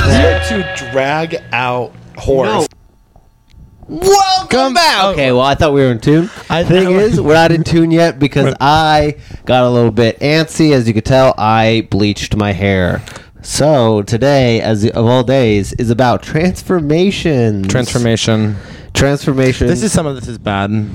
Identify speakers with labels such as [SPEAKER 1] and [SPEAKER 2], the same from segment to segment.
[SPEAKER 1] um,
[SPEAKER 2] drag out horse.
[SPEAKER 3] Welcome back.
[SPEAKER 4] Um, Okay, well, I thought we were in tune.
[SPEAKER 3] I-
[SPEAKER 4] Thing is, we're not in tune yet because I got a little bit antsy. As you could tell, I bleached my hair. So today, as of all days, is about transformations.
[SPEAKER 3] Transformation.
[SPEAKER 4] Transformation.
[SPEAKER 3] This is some of this is bad.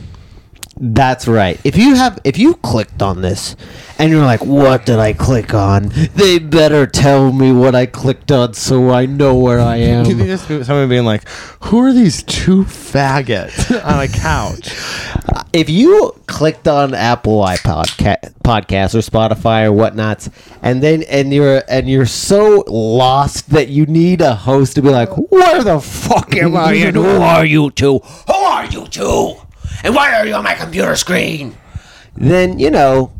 [SPEAKER 4] That's right. If you have, if you clicked on this, and you're like, "What did I click on?" They better tell me what I clicked on so I know where I
[SPEAKER 3] Could you
[SPEAKER 4] am.
[SPEAKER 3] just be- someone being like, "Who are these two faggots on a couch?"
[SPEAKER 4] if you clicked on Apple iPod ca- podcast or Spotify or whatnots, and then and you're and you're so lost that you need a host to be like, "Where the fuck am I? And who are you two?
[SPEAKER 1] Who are you two? And why are you on my computer screen?
[SPEAKER 4] then you know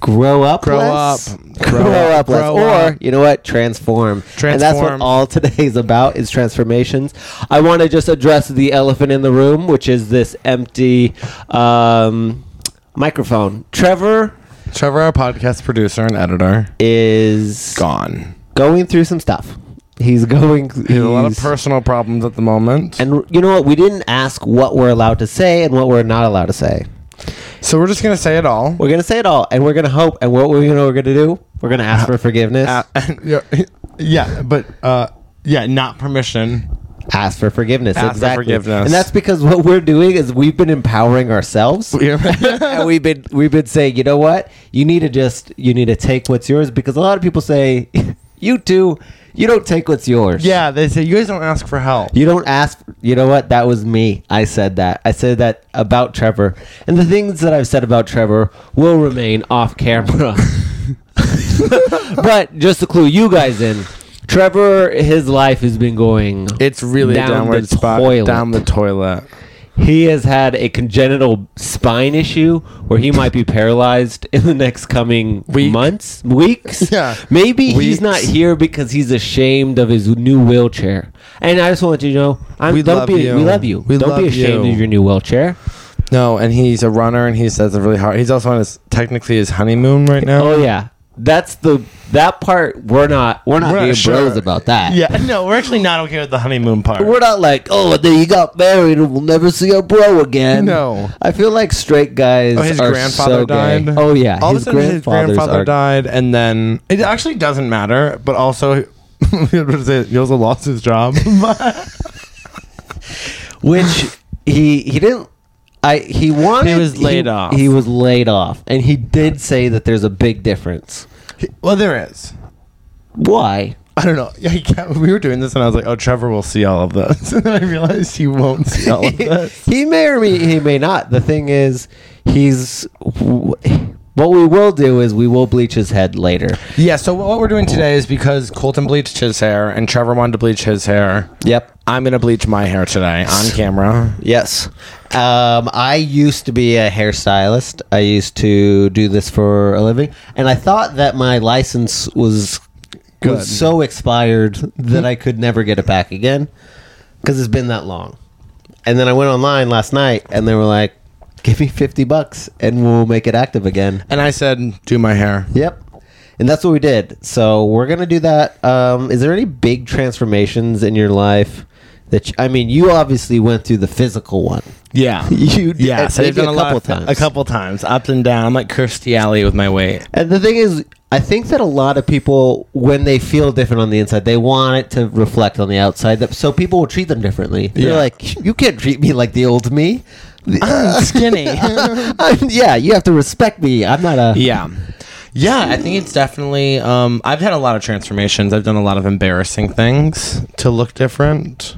[SPEAKER 4] grow up
[SPEAKER 3] Grow
[SPEAKER 4] less.
[SPEAKER 3] up.
[SPEAKER 4] grow,
[SPEAKER 3] Grow
[SPEAKER 4] up,
[SPEAKER 3] up. Grow
[SPEAKER 4] less.
[SPEAKER 3] up.
[SPEAKER 4] or you know what transform. and that's what
[SPEAKER 3] Transform.
[SPEAKER 4] all today is about is transformations i want to just address the elephant in the room which is this empty um, microphone trevor
[SPEAKER 3] Trevor, our podcast producer and editor,
[SPEAKER 4] is
[SPEAKER 3] gone.
[SPEAKER 4] going through some stuff he's going
[SPEAKER 3] He has a lot of
[SPEAKER 4] he's-
[SPEAKER 3] personal problems at the moment,
[SPEAKER 4] and you know what we didn't ask what we're allowed to say and what we're not allowed to say
[SPEAKER 3] so we're just gonna say it all.
[SPEAKER 4] we're gonna say it all and we're gonna hope and what we're gonna, we're gonna do we're gonna ask for forgiveness
[SPEAKER 3] Uh, yeah, yeah, but uh, yeah, not permission.
[SPEAKER 4] ask for forgiveness.
[SPEAKER 3] Ask for
[SPEAKER 4] exactly.
[SPEAKER 3] forgiveness.
[SPEAKER 4] And that's because what we're doing is we've been empowering ourselves. and we've been we've been saying, you know what? You need to just you need to take what's yours because a lot of people say, you too, you don't take what's yours.
[SPEAKER 3] yeah, they say you guys don't ask for help.
[SPEAKER 4] You don't ask. You know what? That was me. I said that. I said that about Trevor. And the things that I've said about Trevor will remain off camera. but just to clue you guys in, Trevor, his life has been going.
[SPEAKER 3] It's really
[SPEAKER 4] Down
[SPEAKER 3] a downward
[SPEAKER 4] the
[SPEAKER 3] spot.
[SPEAKER 4] toilet.
[SPEAKER 3] Down the toilet.
[SPEAKER 4] He has had a congenital spine issue where he might be paralyzed in the next coming
[SPEAKER 3] Week.
[SPEAKER 4] months, weeks.
[SPEAKER 3] Yeah.
[SPEAKER 4] Maybe he's
[SPEAKER 3] Weeks.
[SPEAKER 4] not here because he's ashamed of his new wheelchair. And I just want you to know, I'm,
[SPEAKER 3] We
[SPEAKER 4] don't
[SPEAKER 3] love
[SPEAKER 4] be,
[SPEAKER 3] you.
[SPEAKER 4] We love you.
[SPEAKER 3] We
[SPEAKER 4] don't be
[SPEAKER 3] love
[SPEAKER 4] ashamed
[SPEAKER 3] you. Uh-huh.
[SPEAKER 4] of your new wheelchair.
[SPEAKER 3] No, and he's a runner, and he says it's really hard. He's also on his technically his honeymoon right now.
[SPEAKER 4] Oh yeah, that's the that part. We're not. We're not
[SPEAKER 3] We're not
[SPEAKER 4] being
[SPEAKER 3] sure.
[SPEAKER 4] bros about that.
[SPEAKER 3] Yeah, no, we're actually not okay with the honeymoon part.
[SPEAKER 4] We're not like, oh, and then you got married and we'll never see a bro again.
[SPEAKER 3] No.
[SPEAKER 4] I feel like straight guys
[SPEAKER 3] Oh, his
[SPEAKER 4] are
[SPEAKER 3] grandfather
[SPEAKER 4] so gay.
[SPEAKER 3] died.
[SPEAKER 4] Oh, yeah.
[SPEAKER 3] all of a sudden his
[SPEAKER 4] grandfathers
[SPEAKER 3] grandfather
[SPEAKER 4] are-
[SPEAKER 3] died, and then it actually doesn't matter. But also, he also lost his job.
[SPEAKER 4] which he he didn't I he wanted
[SPEAKER 3] He was laid off.
[SPEAKER 4] He was laid off and he did say that there's a big difference.
[SPEAKER 3] well, there is.
[SPEAKER 4] Why?
[SPEAKER 3] I don't know. I can't- we were doing this, and I was like, "Oh, Trevor will see all of this," and then I realized he won't see all of Oh, this.
[SPEAKER 4] he may or may, he may not. The thing is he's what we will do is we will bleach his head later.
[SPEAKER 3] yeah. So what we're doing today is because Colton bleached his hair, and Trevor wanted to bleach his hair.
[SPEAKER 4] Yep.
[SPEAKER 3] I'm gonna bleach my hair today on camera.
[SPEAKER 4] Yes. Um, I used to be a hairstylist. I used to do this for a living, and I thought that my license was
[SPEAKER 3] Good.
[SPEAKER 4] was so expired that I could never get it back again because it's been that long. And then I went online last night, and they were like, "Give me fifty bucks, and we'll make it active again."
[SPEAKER 3] And I said, "Do my hair."
[SPEAKER 4] Yep. And that's what we did. So we're gonna do that. Um, is there any big transformations in your life that you, I mean? You obviously went through the physical one.
[SPEAKER 3] Yeah.
[SPEAKER 4] You did,
[SPEAKER 3] Yeah, so
[SPEAKER 4] maybe
[SPEAKER 3] they've done a,
[SPEAKER 4] couple
[SPEAKER 3] lot,
[SPEAKER 4] times.
[SPEAKER 3] a couple times, up and down. I'm like Kirstie Alley with my weight.
[SPEAKER 4] And the thing is, I think that a lot of people, when they feel different on the inside, they want it to reflect on the outside. That so people will treat them differently. They're
[SPEAKER 3] Yeah.
[SPEAKER 4] like, you can't treat me like the old me.
[SPEAKER 3] I'm skinny.
[SPEAKER 4] I'm- yeah, you have to respect me. I'm not a.
[SPEAKER 3] yeah, yeah. I think it's definitely. Um, I've had a lot of transformations. I've done a lot of embarrassing things to look different.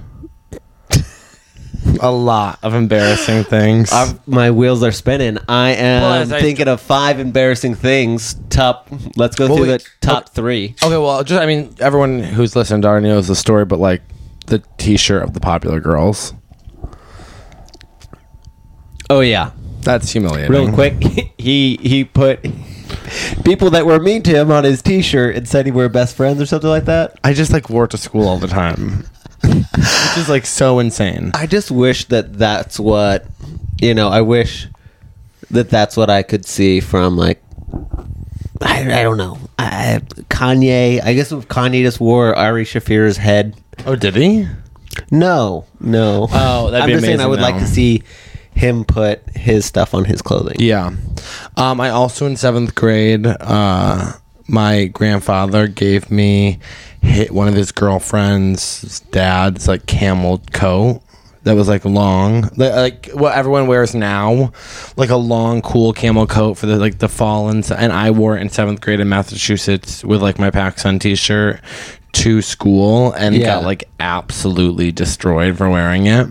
[SPEAKER 3] a lot of embarrassing things.
[SPEAKER 4] I'm- my wheels are spinning. I am
[SPEAKER 3] Well, as I-
[SPEAKER 4] thinking of five embarrassing things. Top. Let's go
[SPEAKER 3] Well, oh.
[SPEAKER 4] through
[SPEAKER 3] wait.
[SPEAKER 4] the top three.
[SPEAKER 3] okay, well, just I mean, everyone who's listened already knows the story, but like the T-shirt of the popular girls.
[SPEAKER 4] Oh yeah.
[SPEAKER 3] That's humiliating.
[SPEAKER 4] Real quick, he he put people that were mean to him on his T-shirt and said he were best friends or something like that.
[SPEAKER 3] I just like wore it to school all the time, which is like so insane.
[SPEAKER 4] I just wish that that's what you know. I wish that that's what I could see from like I, I don't know. I, Kanye. I guess if Kanye just wore Ari Shafir's head.
[SPEAKER 3] Oh, did he?
[SPEAKER 4] No, no.
[SPEAKER 2] Oh, that'd
[SPEAKER 4] I'm
[SPEAKER 2] be
[SPEAKER 4] just saying I
[SPEAKER 2] amazing,
[SPEAKER 4] would like
[SPEAKER 2] though.
[SPEAKER 4] to see him put his stuff on his clothing.
[SPEAKER 3] Yeah. Um, I also in seventh grade, uh, my grandfather gave me hit one of his girlfriend's dad's like camel coat that was like long, li- like what everyone wears now, like a long cool camel coat for the like the fall and s- and I wore it in seventh grade in Massachusetts with like my PacSun T-shirt to school and
[SPEAKER 4] Yeah.
[SPEAKER 3] got like absolutely destroyed for wearing it.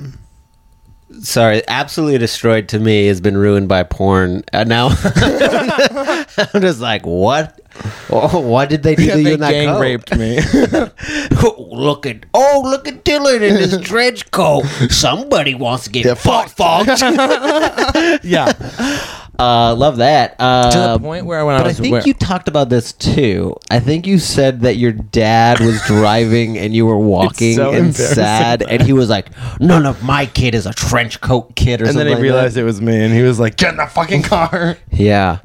[SPEAKER 4] Sorry, absolutely destroyed to me has been ruined by porn. And now I'm just like, what? Oh, why did they do to you
[SPEAKER 3] they
[SPEAKER 4] in that
[SPEAKER 3] gang
[SPEAKER 4] coat?
[SPEAKER 3] raped me.
[SPEAKER 1] look at oh look at Dylan in his trench coat. Somebody wants to get fucked. fucked.
[SPEAKER 3] yeah.
[SPEAKER 4] Uh, love that. Uh,
[SPEAKER 3] To the point where when I
[SPEAKER 4] but I
[SPEAKER 3] was
[SPEAKER 4] think
[SPEAKER 3] wear-
[SPEAKER 4] you talked about this too. I think you said that your dad was driving and you were walking
[SPEAKER 3] so
[SPEAKER 4] and
[SPEAKER 3] embarrassing.
[SPEAKER 4] sad, and he was like, "None of my kid is a trench coat kid," or
[SPEAKER 3] and
[SPEAKER 4] something.
[SPEAKER 3] then he
[SPEAKER 4] like
[SPEAKER 3] realized
[SPEAKER 4] that.
[SPEAKER 3] it was me and he was like get in the fucking car
[SPEAKER 4] Yeah,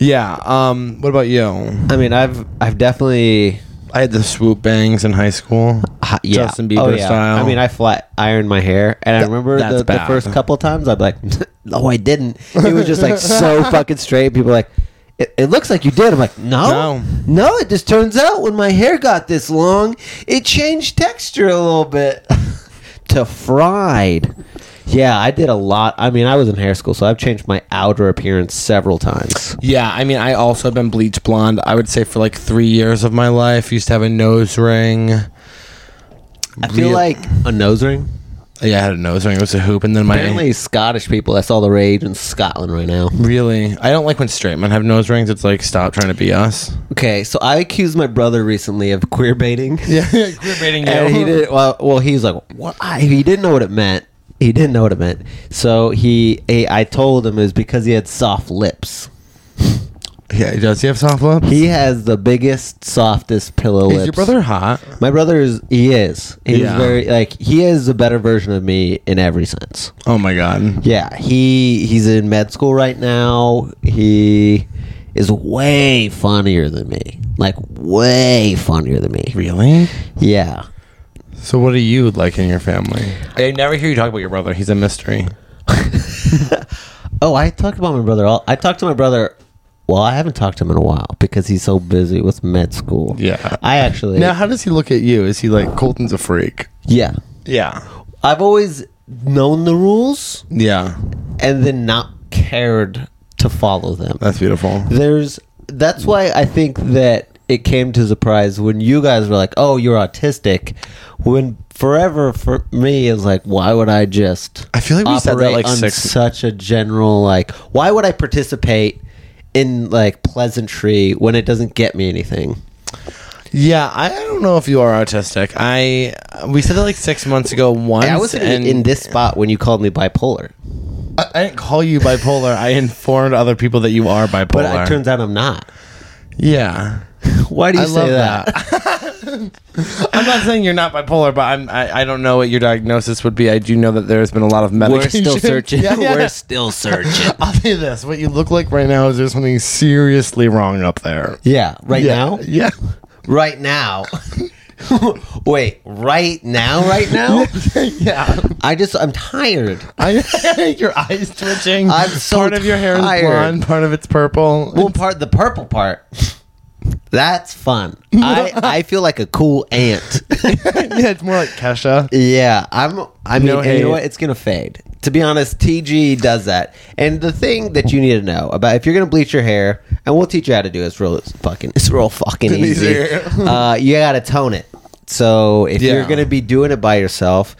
[SPEAKER 3] yeah um what about you
[SPEAKER 4] I mean, I've I've definitely
[SPEAKER 3] i had the swoop bangs in high school
[SPEAKER 4] Uh, yeah.
[SPEAKER 3] justin bieber
[SPEAKER 4] Oh, yeah.
[SPEAKER 3] style
[SPEAKER 4] I mean, I flat ironed my hair, and I remember
[SPEAKER 3] that's
[SPEAKER 4] the, the
[SPEAKER 3] bad.
[SPEAKER 4] first couple times I'd be like, "No, I didn't." It was just like so fucking straight. People were like, it, "It looks like you did." I'm like, "No,
[SPEAKER 3] No.
[SPEAKER 4] no." It just turns out when my hair got this long, it changed texture a little bit to fried. Yeah, I did a lot. I mean, I was in hair school, so I've changed my outer appearance several times.
[SPEAKER 3] yeah i mean i also have been bleach blonde i would say for like three years of my life used to have a nose ring yeah
[SPEAKER 4] I feel
[SPEAKER 3] Real-
[SPEAKER 4] like a nose ring.
[SPEAKER 3] i had a nose ring it was a hoop and then my
[SPEAKER 4] Apparently, Scottish people. That's all the rage in Scotland right now.
[SPEAKER 3] really i don't like when straight men have nose rings it's like stop trying to be us
[SPEAKER 4] Okay, so I accused my brother recently of queer baiting.
[SPEAKER 3] yeah queer baiting
[SPEAKER 4] And he did well. Well, he was like, "What?" I, he didn't know what it meant. He didn't know what it meant. So he, he, I told him it was because he had soft lips.
[SPEAKER 3] yeah does he have soft lips
[SPEAKER 4] He has the biggest, softest pillow lips.
[SPEAKER 3] is your brother hot
[SPEAKER 4] My brother is. He is. He's
[SPEAKER 3] Yeah.
[SPEAKER 4] very like he is a better version of me in every sense.
[SPEAKER 3] oh my god
[SPEAKER 4] Yeah, he he's in med school right now. He is way funnier than me. Like way funnier than me.
[SPEAKER 3] really
[SPEAKER 4] Yeah.
[SPEAKER 3] So, what are you like in your family? I never hear you talk about your brother. He's a mystery.
[SPEAKER 4] Oh, I talked about my brother. all- I talked to my brother. Well, I haven't talked to him in a while because he's so busy with med school.
[SPEAKER 3] Yeah.
[SPEAKER 4] I actually.
[SPEAKER 3] Now, how does he look at you? Is he like Colton's a freak?
[SPEAKER 4] Yeah.
[SPEAKER 3] Yeah.
[SPEAKER 4] I've always known the rules
[SPEAKER 3] Yeah.
[SPEAKER 4] and then not cared to follow them.
[SPEAKER 3] That's beautiful.
[SPEAKER 4] There's. That's why I think that it came to surprise when you guys were like, "Oh, you're autistic," when forever for me is like, "Why would I just?"
[SPEAKER 3] I feel like we said that,
[SPEAKER 4] operate
[SPEAKER 3] like,
[SPEAKER 4] on
[SPEAKER 3] six-
[SPEAKER 4] such a general like, why would I participate in like pleasantry when it doesn't get me anything?
[SPEAKER 3] Yeah, I, I don't know if you are autistic. I we said that like six months ago once.
[SPEAKER 4] I was in,
[SPEAKER 3] and
[SPEAKER 4] in this spot when you called me bipolar,
[SPEAKER 3] I, I didn't call you bipolar. I informed other people that you are bipolar.
[SPEAKER 4] but it turns out I'm not.
[SPEAKER 3] yeah.
[SPEAKER 4] Why do you
[SPEAKER 3] I
[SPEAKER 4] say
[SPEAKER 3] love
[SPEAKER 4] that?
[SPEAKER 3] that. I'm not saying you're not bipolar, but I'm. I, I don't know what your diagnosis would be. I do know that there has been a lot of
[SPEAKER 4] We're
[SPEAKER 3] medication.
[SPEAKER 4] still searching.
[SPEAKER 3] Yeah, yeah.
[SPEAKER 4] We're still searching.
[SPEAKER 3] I'll tell you this: what you look like right now is there's something seriously wrong up there.
[SPEAKER 4] Yeah, right
[SPEAKER 3] yeah,
[SPEAKER 4] now.
[SPEAKER 3] yeah.
[SPEAKER 4] right now. Wait, right now, right now?
[SPEAKER 3] yeah.
[SPEAKER 4] I just I'm tired.
[SPEAKER 3] I, your eyes twitching.
[SPEAKER 4] I'm so
[SPEAKER 3] part of your hair is
[SPEAKER 4] tired.
[SPEAKER 3] blonde, part of it's purple.
[SPEAKER 4] Well, part the purple part. That's fun. I I feel like a cool ant.
[SPEAKER 3] yeah, it's more like Kesha.
[SPEAKER 4] yeah, I'm I mean,
[SPEAKER 3] No
[SPEAKER 4] and you
[SPEAKER 3] hate.
[SPEAKER 4] know what? It's going to fade. To be honest, TG does that. And the thing that you need to know about if you're going to bleach your hair, and we'll teach you how to do it, it's real it's fucking it's real fucking easy.
[SPEAKER 3] easier.
[SPEAKER 4] uh, you got to tone it. So if
[SPEAKER 3] Yeah.
[SPEAKER 4] you're going to be doing it by yourself,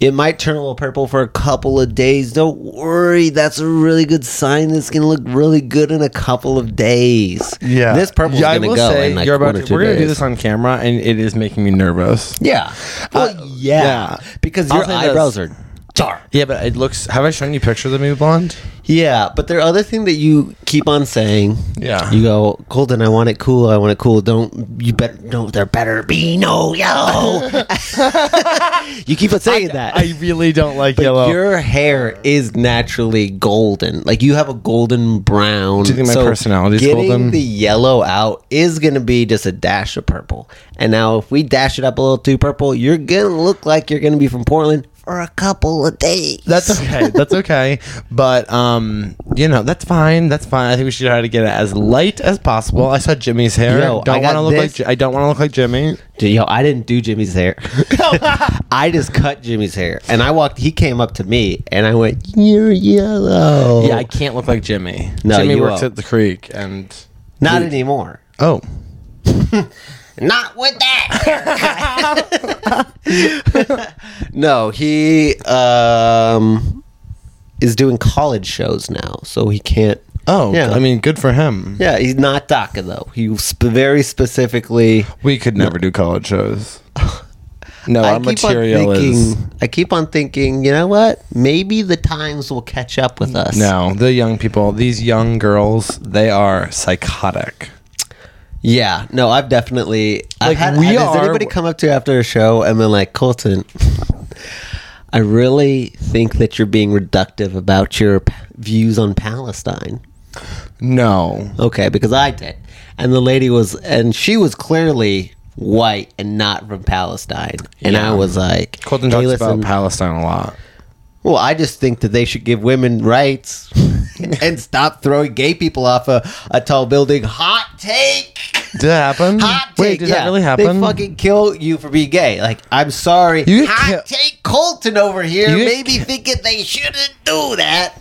[SPEAKER 4] it might turn a little purple for a couple of days. Don't worry. That's a really good sign. It's going to look really good in a couple of days.
[SPEAKER 3] Yeah,
[SPEAKER 4] This purple
[SPEAKER 3] Yeah, I
[SPEAKER 4] is going
[SPEAKER 3] will
[SPEAKER 4] to go
[SPEAKER 3] say
[SPEAKER 4] in like
[SPEAKER 3] you're about
[SPEAKER 4] one or
[SPEAKER 3] to-
[SPEAKER 4] two
[SPEAKER 3] We're gonna do
[SPEAKER 4] days.
[SPEAKER 3] this on camera, and it is making me nervous.
[SPEAKER 4] Yeah. Well, yeah.
[SPEAKER 3] yeah.
[SPEAKER 4] Because
[SPEAKER 3] I'll
[SPEAKER 4] your
[SPEAKER 3] say this.
[SPEAKER 4] eyebrows are
[SPEAKER 1] tar.
[SPEAKER 3] Yeah, but it looks. Have I shown you pictures of me blonde?
[SPEAKER 4] Yeah, but the other thing that you keep on saying,
[SPEAKER 3] Yeah.
[SPEAKER 4] you go, Colton, I want it cool, I want it cool. Don't you better? No, there better be no yellow. you keep on saying that.
[SPEAKER 3] really don't like
[SPEAKER 4] but your hair is naturally golden. Like you have a golden brown. Do
[SPEAKER 3] you think my personality is
[SPEAKER 4] getting
[SPEAKER 3] golden?
[SPEAKER 4] the yellow out is gonna be just a dash of purple. And now if we dash it up a little too purple, you're gonna look like you're gonna be from Portland for a couple of days.
[SPEAKER 3] That's okay. That's okay. But um, you know, that's fine. That's fine. I think we should try to get it as light as possible. I saw Jimmy's hair.
[SPEAKER 4] Yo, I
[SPEAKER 3] don't
[SPEAKER 4] got
[SPEAKER 3] want to look like.
[SPEAKER 4] this.
[SPEAKER 3] Ji- I don't want to look like Jimmy.
[SPEAKER 4] Dude, yo, I didn't do Jimmy's hair. I just cut Jimmy's hair, and I walked. He came up to me, and I went, "You're yellow."
[SPEAKER 3] Yeah, I can't look like Jimmy.
[SPEAKER 4] No,
[SPEAKER 3] Jimmy
[SPEAKER 4] you won't.
[SPEAKER 3] works at the creek, and
[SPEAKER 4] not anymore.
[SPEAKER 3] oh,
[SPEAKER 1] Not with that.
[SPEAKER 4] No, he um is doing college shows now, so he can't.
[SPEAKER 3] oh.
[SPEAKER 4] Yeah.
[SPEAKER 3] I mean, good for him.
[SPEAKER 4] Yeah, he's not DACA though. He sp- very specifically.
[SPEAKER 3] We could never do college shows. No,
[SPEAKER 4] I
[SPEAKER 3] Oh, our
[SPEAKER 4] keep on
[SPEAKER 3] material is
[SPEAKER 4] thinking- I keep on thinking. You know what? Maybe the times will catch up with us.
[SPEAKER 3] no. The young people, these young girls, they are psychotic.
[SPEAKER 4] Yeah, no, I've definitely. I've
[SPEAKER 3] Like,
[SPEAKER 4] had,
[SPEAKER 3] we
[SPEAKER 4] has
[SPEAKER 3] are-
[SPEAKER 4] anybody come up to you after a show and been like, Colton, I really think that you're being reductive about your p- views on Palestine.
[SPEAKER 3] No,
[SPEAKER 4] Okay, because I did, and the lady was, and she was clearly white and not from Palestine, and I was like,
[SPEAKER 3] Colton
[SPEAKER 4] "Hey,
[SPEAKER 3] talks
[SPEAKER 4] listen,
[SPEAKER 3] about Palestine a lot.
[SPEAKER 4] well, I just think that they should give women rights and stop throwing gay people off a, a tall building. Hot take.
[SPEAKER 3] Did that happen?
[SPEAKER 4] Hot take.
[SPEAKER 3] Wait, did
[SPEAKER 4] yeah.
[SPEAKER 3] that really happen?
[SPEAKER 4] They fucking kill you for being gay. Like, I'm sorry.
[SPEAKER 3] You get
[SPEAKER 4] Hot
[SPEAKER 3] kill-
[SPEAKER 4] take Colton over here.
[SPEAKER 3] You get
[SPEAKER 4] Maybe thinking they shouldn't do that.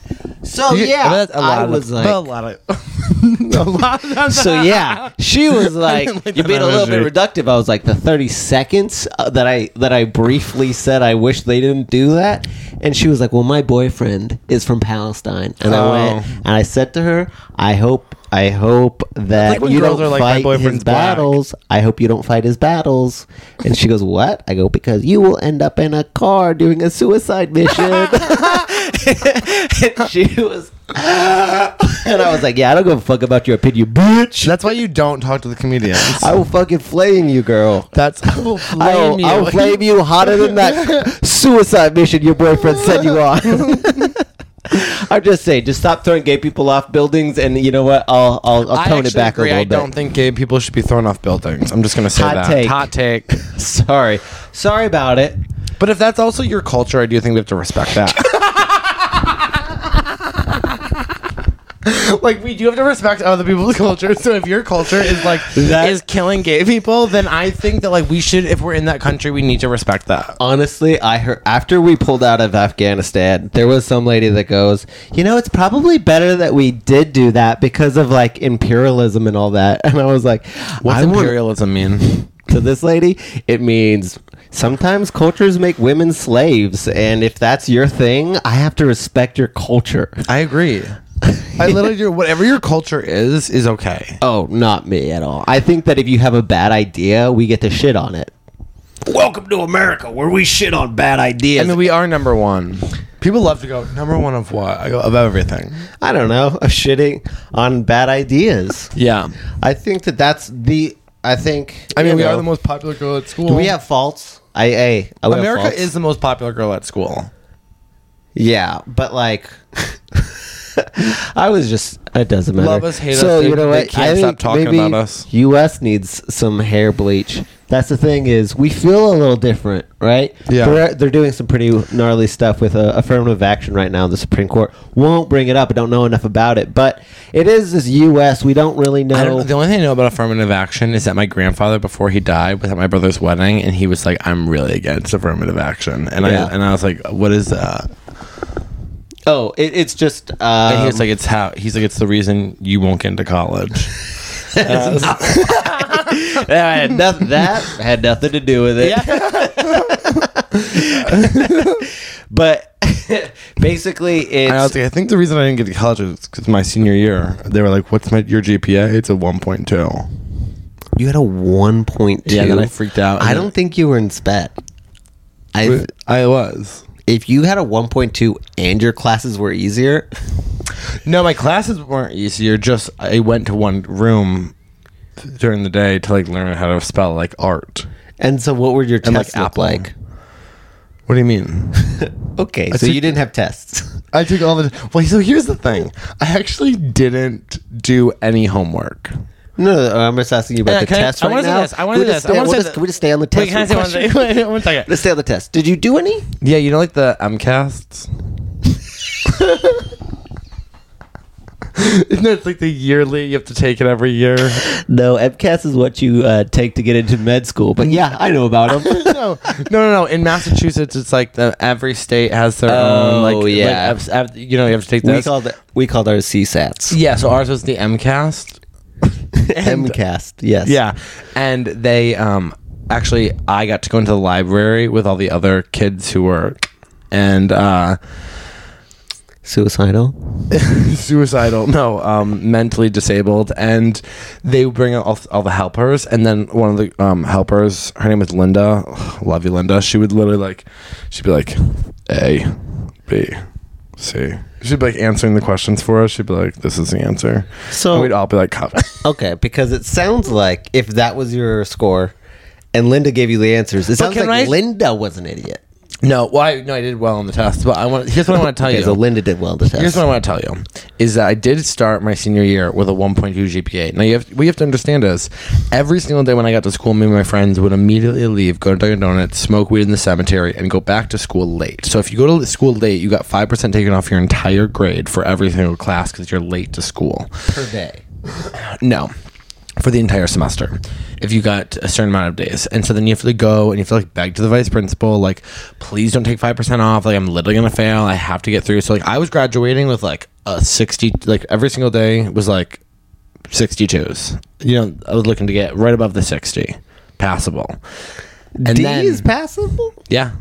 [SPEAKER 4] So oh,
[SPEAKER 3] You-
[SPEAKER 4] yeah,
[SPEAKER 3] that's a lot
[SPEAKER 4] I
[SPEAKER 3] of-
[SPEAKER 4] was
[SPEAKER 3] but a
[SPEAKER 4] like.
[SPEAKER 3] lot of, a lot of
[SPEAKER 4] So yeah, she was like,
[SPEAKER 3] didn't like
[SPEAKER 4] "You're
[SPEAKER 3] that
[SPEAKER 4] being a little bit
[SPEAKER 3] imagery.
[SPEAKER 4] reductive." I was like, "The 30 seconds uh, that I that I briefly said I wish they didn't do that," and she was like, "Well, my boyfriend is from Palestine," and
[SPEAKER 3] Oh.
[SPEAKER 4] I went and I said to her, "I hope." I hope that
[SPEAKER 3] when
[SPEAKER 4] you
[SPEAKER 3] girls
[SPEAKER 4] don't
[SPEAKER 3] are like, "My
[SPEAKER 4] fight his
[SPEAKER 3] boyfriend's black."
[SPEAKER 4] battles. I hope you don't fight his battles. And she goes, "What?" I go, "Because you will end up in a car doing a suicide mission." and she was, and I was like, "Yeah, I don't give a fuck about your opinion, bitch."
[SPEAKER 3] That's why you don't talk to the comedians.
[SPEAKER 4] I will fucking flame you, girl.
[SPEAKER 3] That's I will
[SPEAKER 4] I
[SPEAKER 3] blame
[SPEAKER 4] will, I will flame you hotter than that suicide mission your boyfriend sent you on. I'm just saying, just stop throwing gay people off buildings, and you know what? I'll I'll, I'll
[SPEAKER 3] I
[SPEAKER 4] tone it
[SPEAKER 3] actually
[SPEAKER 4] back
[SPEAKER 3] agree.
[SPEAKER 4] a
[SPEAKER 3] I
[SPEAKER 4] little bit.
[SPEAKER 3] don't think gay people should be thrown off buildings. I'm just gonna say
[SPEAKER 4] Hot
[SPEAKER 3] that.
[SPEAKER 4] take.
[SPEAKER 3] Hot take.
[SPEAKER 4] Sorry, sorry about it.
[SPEAKER 3] But if that's also your culture, I do think we have to respect that. like we do have to respect other people's culture. So if your culture is like
[SPEAKER 4] That-
[SPEAKER 3] is killing gay people, then I think that like we should, if we're in that country, we need to respect that.
[SPEAKER 4] Honestly, I heard after we pulled out of Afghanistan, there was some lady that goes, "You know, it's probably better that we did do that because of like imperialism and all that." And I was like,
[SPEAKER 3] What's
[SPEAKER 4] I want-
[SPEAKER 3] imperialism mean?
[SPEAKER 4] to this lady, it means sometimes cultures make women slaves, and if that's your thing, I have to respect your culture.
[SPEAKER 3] I agree. I literally do whatever your culture is is okay.
[SPEAKER 4] Oh, not me at all. I think that if you have a bad idea, we get to shit on it.
[SPEAKER 1] Welcome to America, where we shit on bad ideas.
[SPEAKER 3] I mean, we are number one. People love to go number one of what? I go of everything.
[SPEAKER 4] I don't know, of shitting on bad ideas.
[SPEAKER 3] Yeah.
[SPEAKER 4] I think that that's the. I think.
[SPEAKER 3] I mean,
[SPEAKER 4] you
[SPEAKER 3] we are
[SPEAKER 4] know,
[SPEAKER 3] the most popular girl at school.
[SPEAKER 4] Do we have faults? I, I, I
[SPEAKER 3] America is the most popular girl at school.
[SPEAKER 4] Yeah, but like, I was just. It doesn't matter.
[SPEAKER 3] Love us, hate us, they- they can't
[SPEAKER 4] I
[SPEAKER 3] stop
[SPEAKER 4] think
[SPEAKER 3] talking
[SPEAKER 4] maybe
[SPEAKER 3] about us.
[SPEAKER 4] U.S. needs some hair bleach. That's the thing is, we feel a little different, right?
[SPEAKER 3] Yeah.
[SPEAKER 4] They're, they're doing some pretty gnarly stuff with uh, affirmative action right now. The Supreme Court won't bring it up. I don't know enough about it, but it is this U.S. We don't really know.
[SPEAKER 3] I don't, the only thing I know about affirmative action is that my grandfather, before he died, was at my brother's wedding, and he was like, "I'm really against affirmative action," and
[SPEAKER 4] Yeah.
[SPEAKER 3] I and I was like, "What is that?"
[SPEAKER 4] oh, it, it's just. Um,
[SPEAKER 3] And he was like, "It's how." He's like, "It's the reason you won't get into college."
[SPEAKER 4] that, had nothing, that had nothing to do with it. but basically, it's
[SPEAKER 3] And I was like, I think the reason I didn't get to college was because my senior year, they were like, "What's my your GPA?" It's a 1.2.
[SPEAKER 4] you had a one point two.
[SPEAKER 3] Yeah, then I freaked out.
[SPEAKER 4] I don't think you were in sped. I
[SPEAKER 3] I was.
[SPEAKER 4] if you had a 1.2 and your classes were easier,
[SPEAKER 3] No, my classes weren't easier. Just I went to one room during the day to like learn how to spell like art.
[SPEAKER 4] and so what would your
[SPEAKER 3] And, like,
[SPEAKER 4] tests look
[SPEAKER 3] Apple.
[SPEAKER 4] like?
[SPEAKER 3] What do you mean?
[SPEAKER 4] Okay, so
[SPEAKER 3] took-
[SPEAKER 4] you didn't have tests.
[SPEAKER 3] I took all the. Well, so here's the thing. I actually didn't do any homework.
[SPEAKER 4] No, no, no, I'm just asking you about
[SPEAKER 3] Yeah,
[SPEAKER 4] the
[SPEAKER 3] can I-
[SPEAKER 4] test
[SPEAKER 3] I
[SPEAKER 4] right
[SPEAKER 3] wanna say
[SPEAKER 4] now.
[SPEAKER 3] this, I wanna
[SPEAKER 4] We'll
[SPEAKER 3] say
[SPEAKER 4] just
[SPEAKER 3] this, I
[SPEAKER 4] stay-
[SPEAKER 3] wanna
[SPEAKER 4] we'll
[SPEAKER 3] say
[SPEAKER 4] just-
[SPEAKER 3] this.
[SPEAKER 4] We'll just stay on the test.
[SPEAKER 3] Wait, can I say one
[SPEAKER 4] question.
[SPEAKER 3] thing? Wait, one second.
[SPEAKER 4] Let's stay on the test. Did you do any?
[SPEAKER 3] Yeah, you know, like the MCASs? Isn't it like the yearly? You have to take it every year.
[SPEAKER 4] No, MCAS is what you uh, take to get into med school. But yeah, I know about them.
[SPEAKER 3] no, no, no, no. In Massachusetts, it's like the every state has their own. Like,
[SPEAKER 4] Oh,
[SPEAKER 3] like,
[SPEAKER 4] yeah.
[SPEAKER 3] abs- ab- you know, you have to take
[SPEAKER 4] we
[SPEAKER 3] this.
[SPEAKER 4] called it, we called ours CSATs.
[SPEAKER 3] yeah, so ours was the MCAST.
[SPEAKER 4] MCAS. Yes.
[SPEAKER 3] Yeah, and they um actually I got to go into the library with all the other kids who were and uh
[SPEAKER 4] Suicidal.
[SPEAKER 3] suicidal no um mentally disabled and they would bring out all, all the helpers and then one of the um helpers her name was linda love you linda she would literally like she'd be like a b c she'd be like answering the questions for us she'd be like this is the answer
[SPEAKER 4] So- Oh.
[SPEAKER 3] and we'd all be like
[SPEAKER 4] Okay, because it sounds like if that was your score, and Linda gave you the answers, it sounds
[SPEAKER 3] can
[SPEAKER 4] like
[SPEAKER 3] I-
[SPEAKER 4] Linda was an idiot.
[SPEAKER 3] no well I, no i did well on the test but i want here's what i want to tell
[SPEAKER 4] Okay,
[SPEAKER 3] you
[SPEAKER 4] so Linda did well in the test.
[SPEAKER 3] Here's what I want to tell you is that I did start my senior year with a 1.2 GPA. Now, you have, what you have to understand is every single day when I got to school, me and my friends would immediately leave, go to Dunkin' Donuts, smoke weed in the cemetery, and go back to school late. So, if you go to school late, you got 5% taken off your entire grade for every single class because you're late to school.
[SPEAKER 4] per day.
[SPEAKER 3] No. For the entire semester, if you got a certain amount of days, and so then you have to go and you have to like beg to the vice principal, like, please don't take five percent off. Like, I'm literally gonna fail. I have to get through. So like, I was graduating with like a sixty. Like every single day was like sixty twos. You know, I was looking to get right above the sixty, passable. And
[SPEAKER 4] D
[SPEAKER 3] then-
[SPEAKER 4] is passable.
[SPEAKER 3] yeah,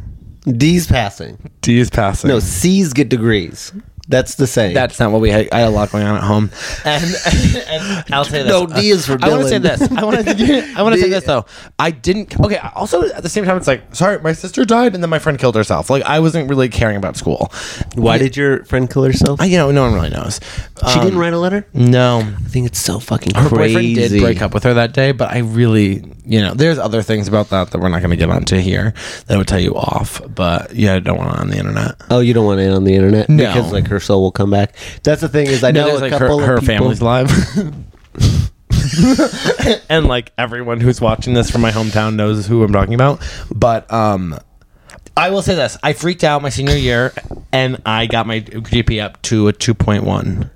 [SPEAKER 4] D's passing.
[SPEAKER 3] D is passing.
[SPEAKER 4] No, C's get degrees. That's the same.
[SPEAKER 3] That's not what we had. I had a lot going on at home. And, and I'll say this.
[SPEAKER 4] No, D is for
[SPEAKER 3] I want to
[SPEAKER 4] Dylan.
[SPEAKER 3] say this. I want to. I want to say
[SPEAKER 4] D-
[SPEAKER 3] this though. I didn't. Okay. Also, at the same time, it's like, sorry, my sister died, and then my friend killed herself. Like, I wasn't really caring about school.
[SPEAKER 4] Why did your friend kill herself?
[SPEAKER 3] I, you know, no one really knows.
[SPEAKER 4] she
[SPEAKER 3] Um,
[SPEAKER 4] didn't write a letter.
[SPEAKER 3] No,
[SPEAKER 4] Mm. I think it's so fucking
[SPEAKER 3] her
[SPEAKER 4] crazy.
[SPEAKER 3] boyfriend did break up with her that day, but I really, you know, there's other things about that that we're not going to get onto here that would tell you off. But yeah, I don't want it on the internet.
[SPEAKER 4] Oh, you don't want it on the internet
[SPEAKER 3] No.
[SPEAKER 4] because like her soul will come back. That's the thing is I
[SPEAKER 3] No,
[SPEAKER 4] know a
[SPEAKER 3] there's, like, her-
[SPEAKER 4] couple
[SPEAKER 3] her,
[SPEAKER 4] of people.
[SPEAKER 3] family's live. and like everyone who's watching this from my hometown knows who I'm talking about. But um I will say this. I freaked out my senior year and I got my GPA up to a 2.1.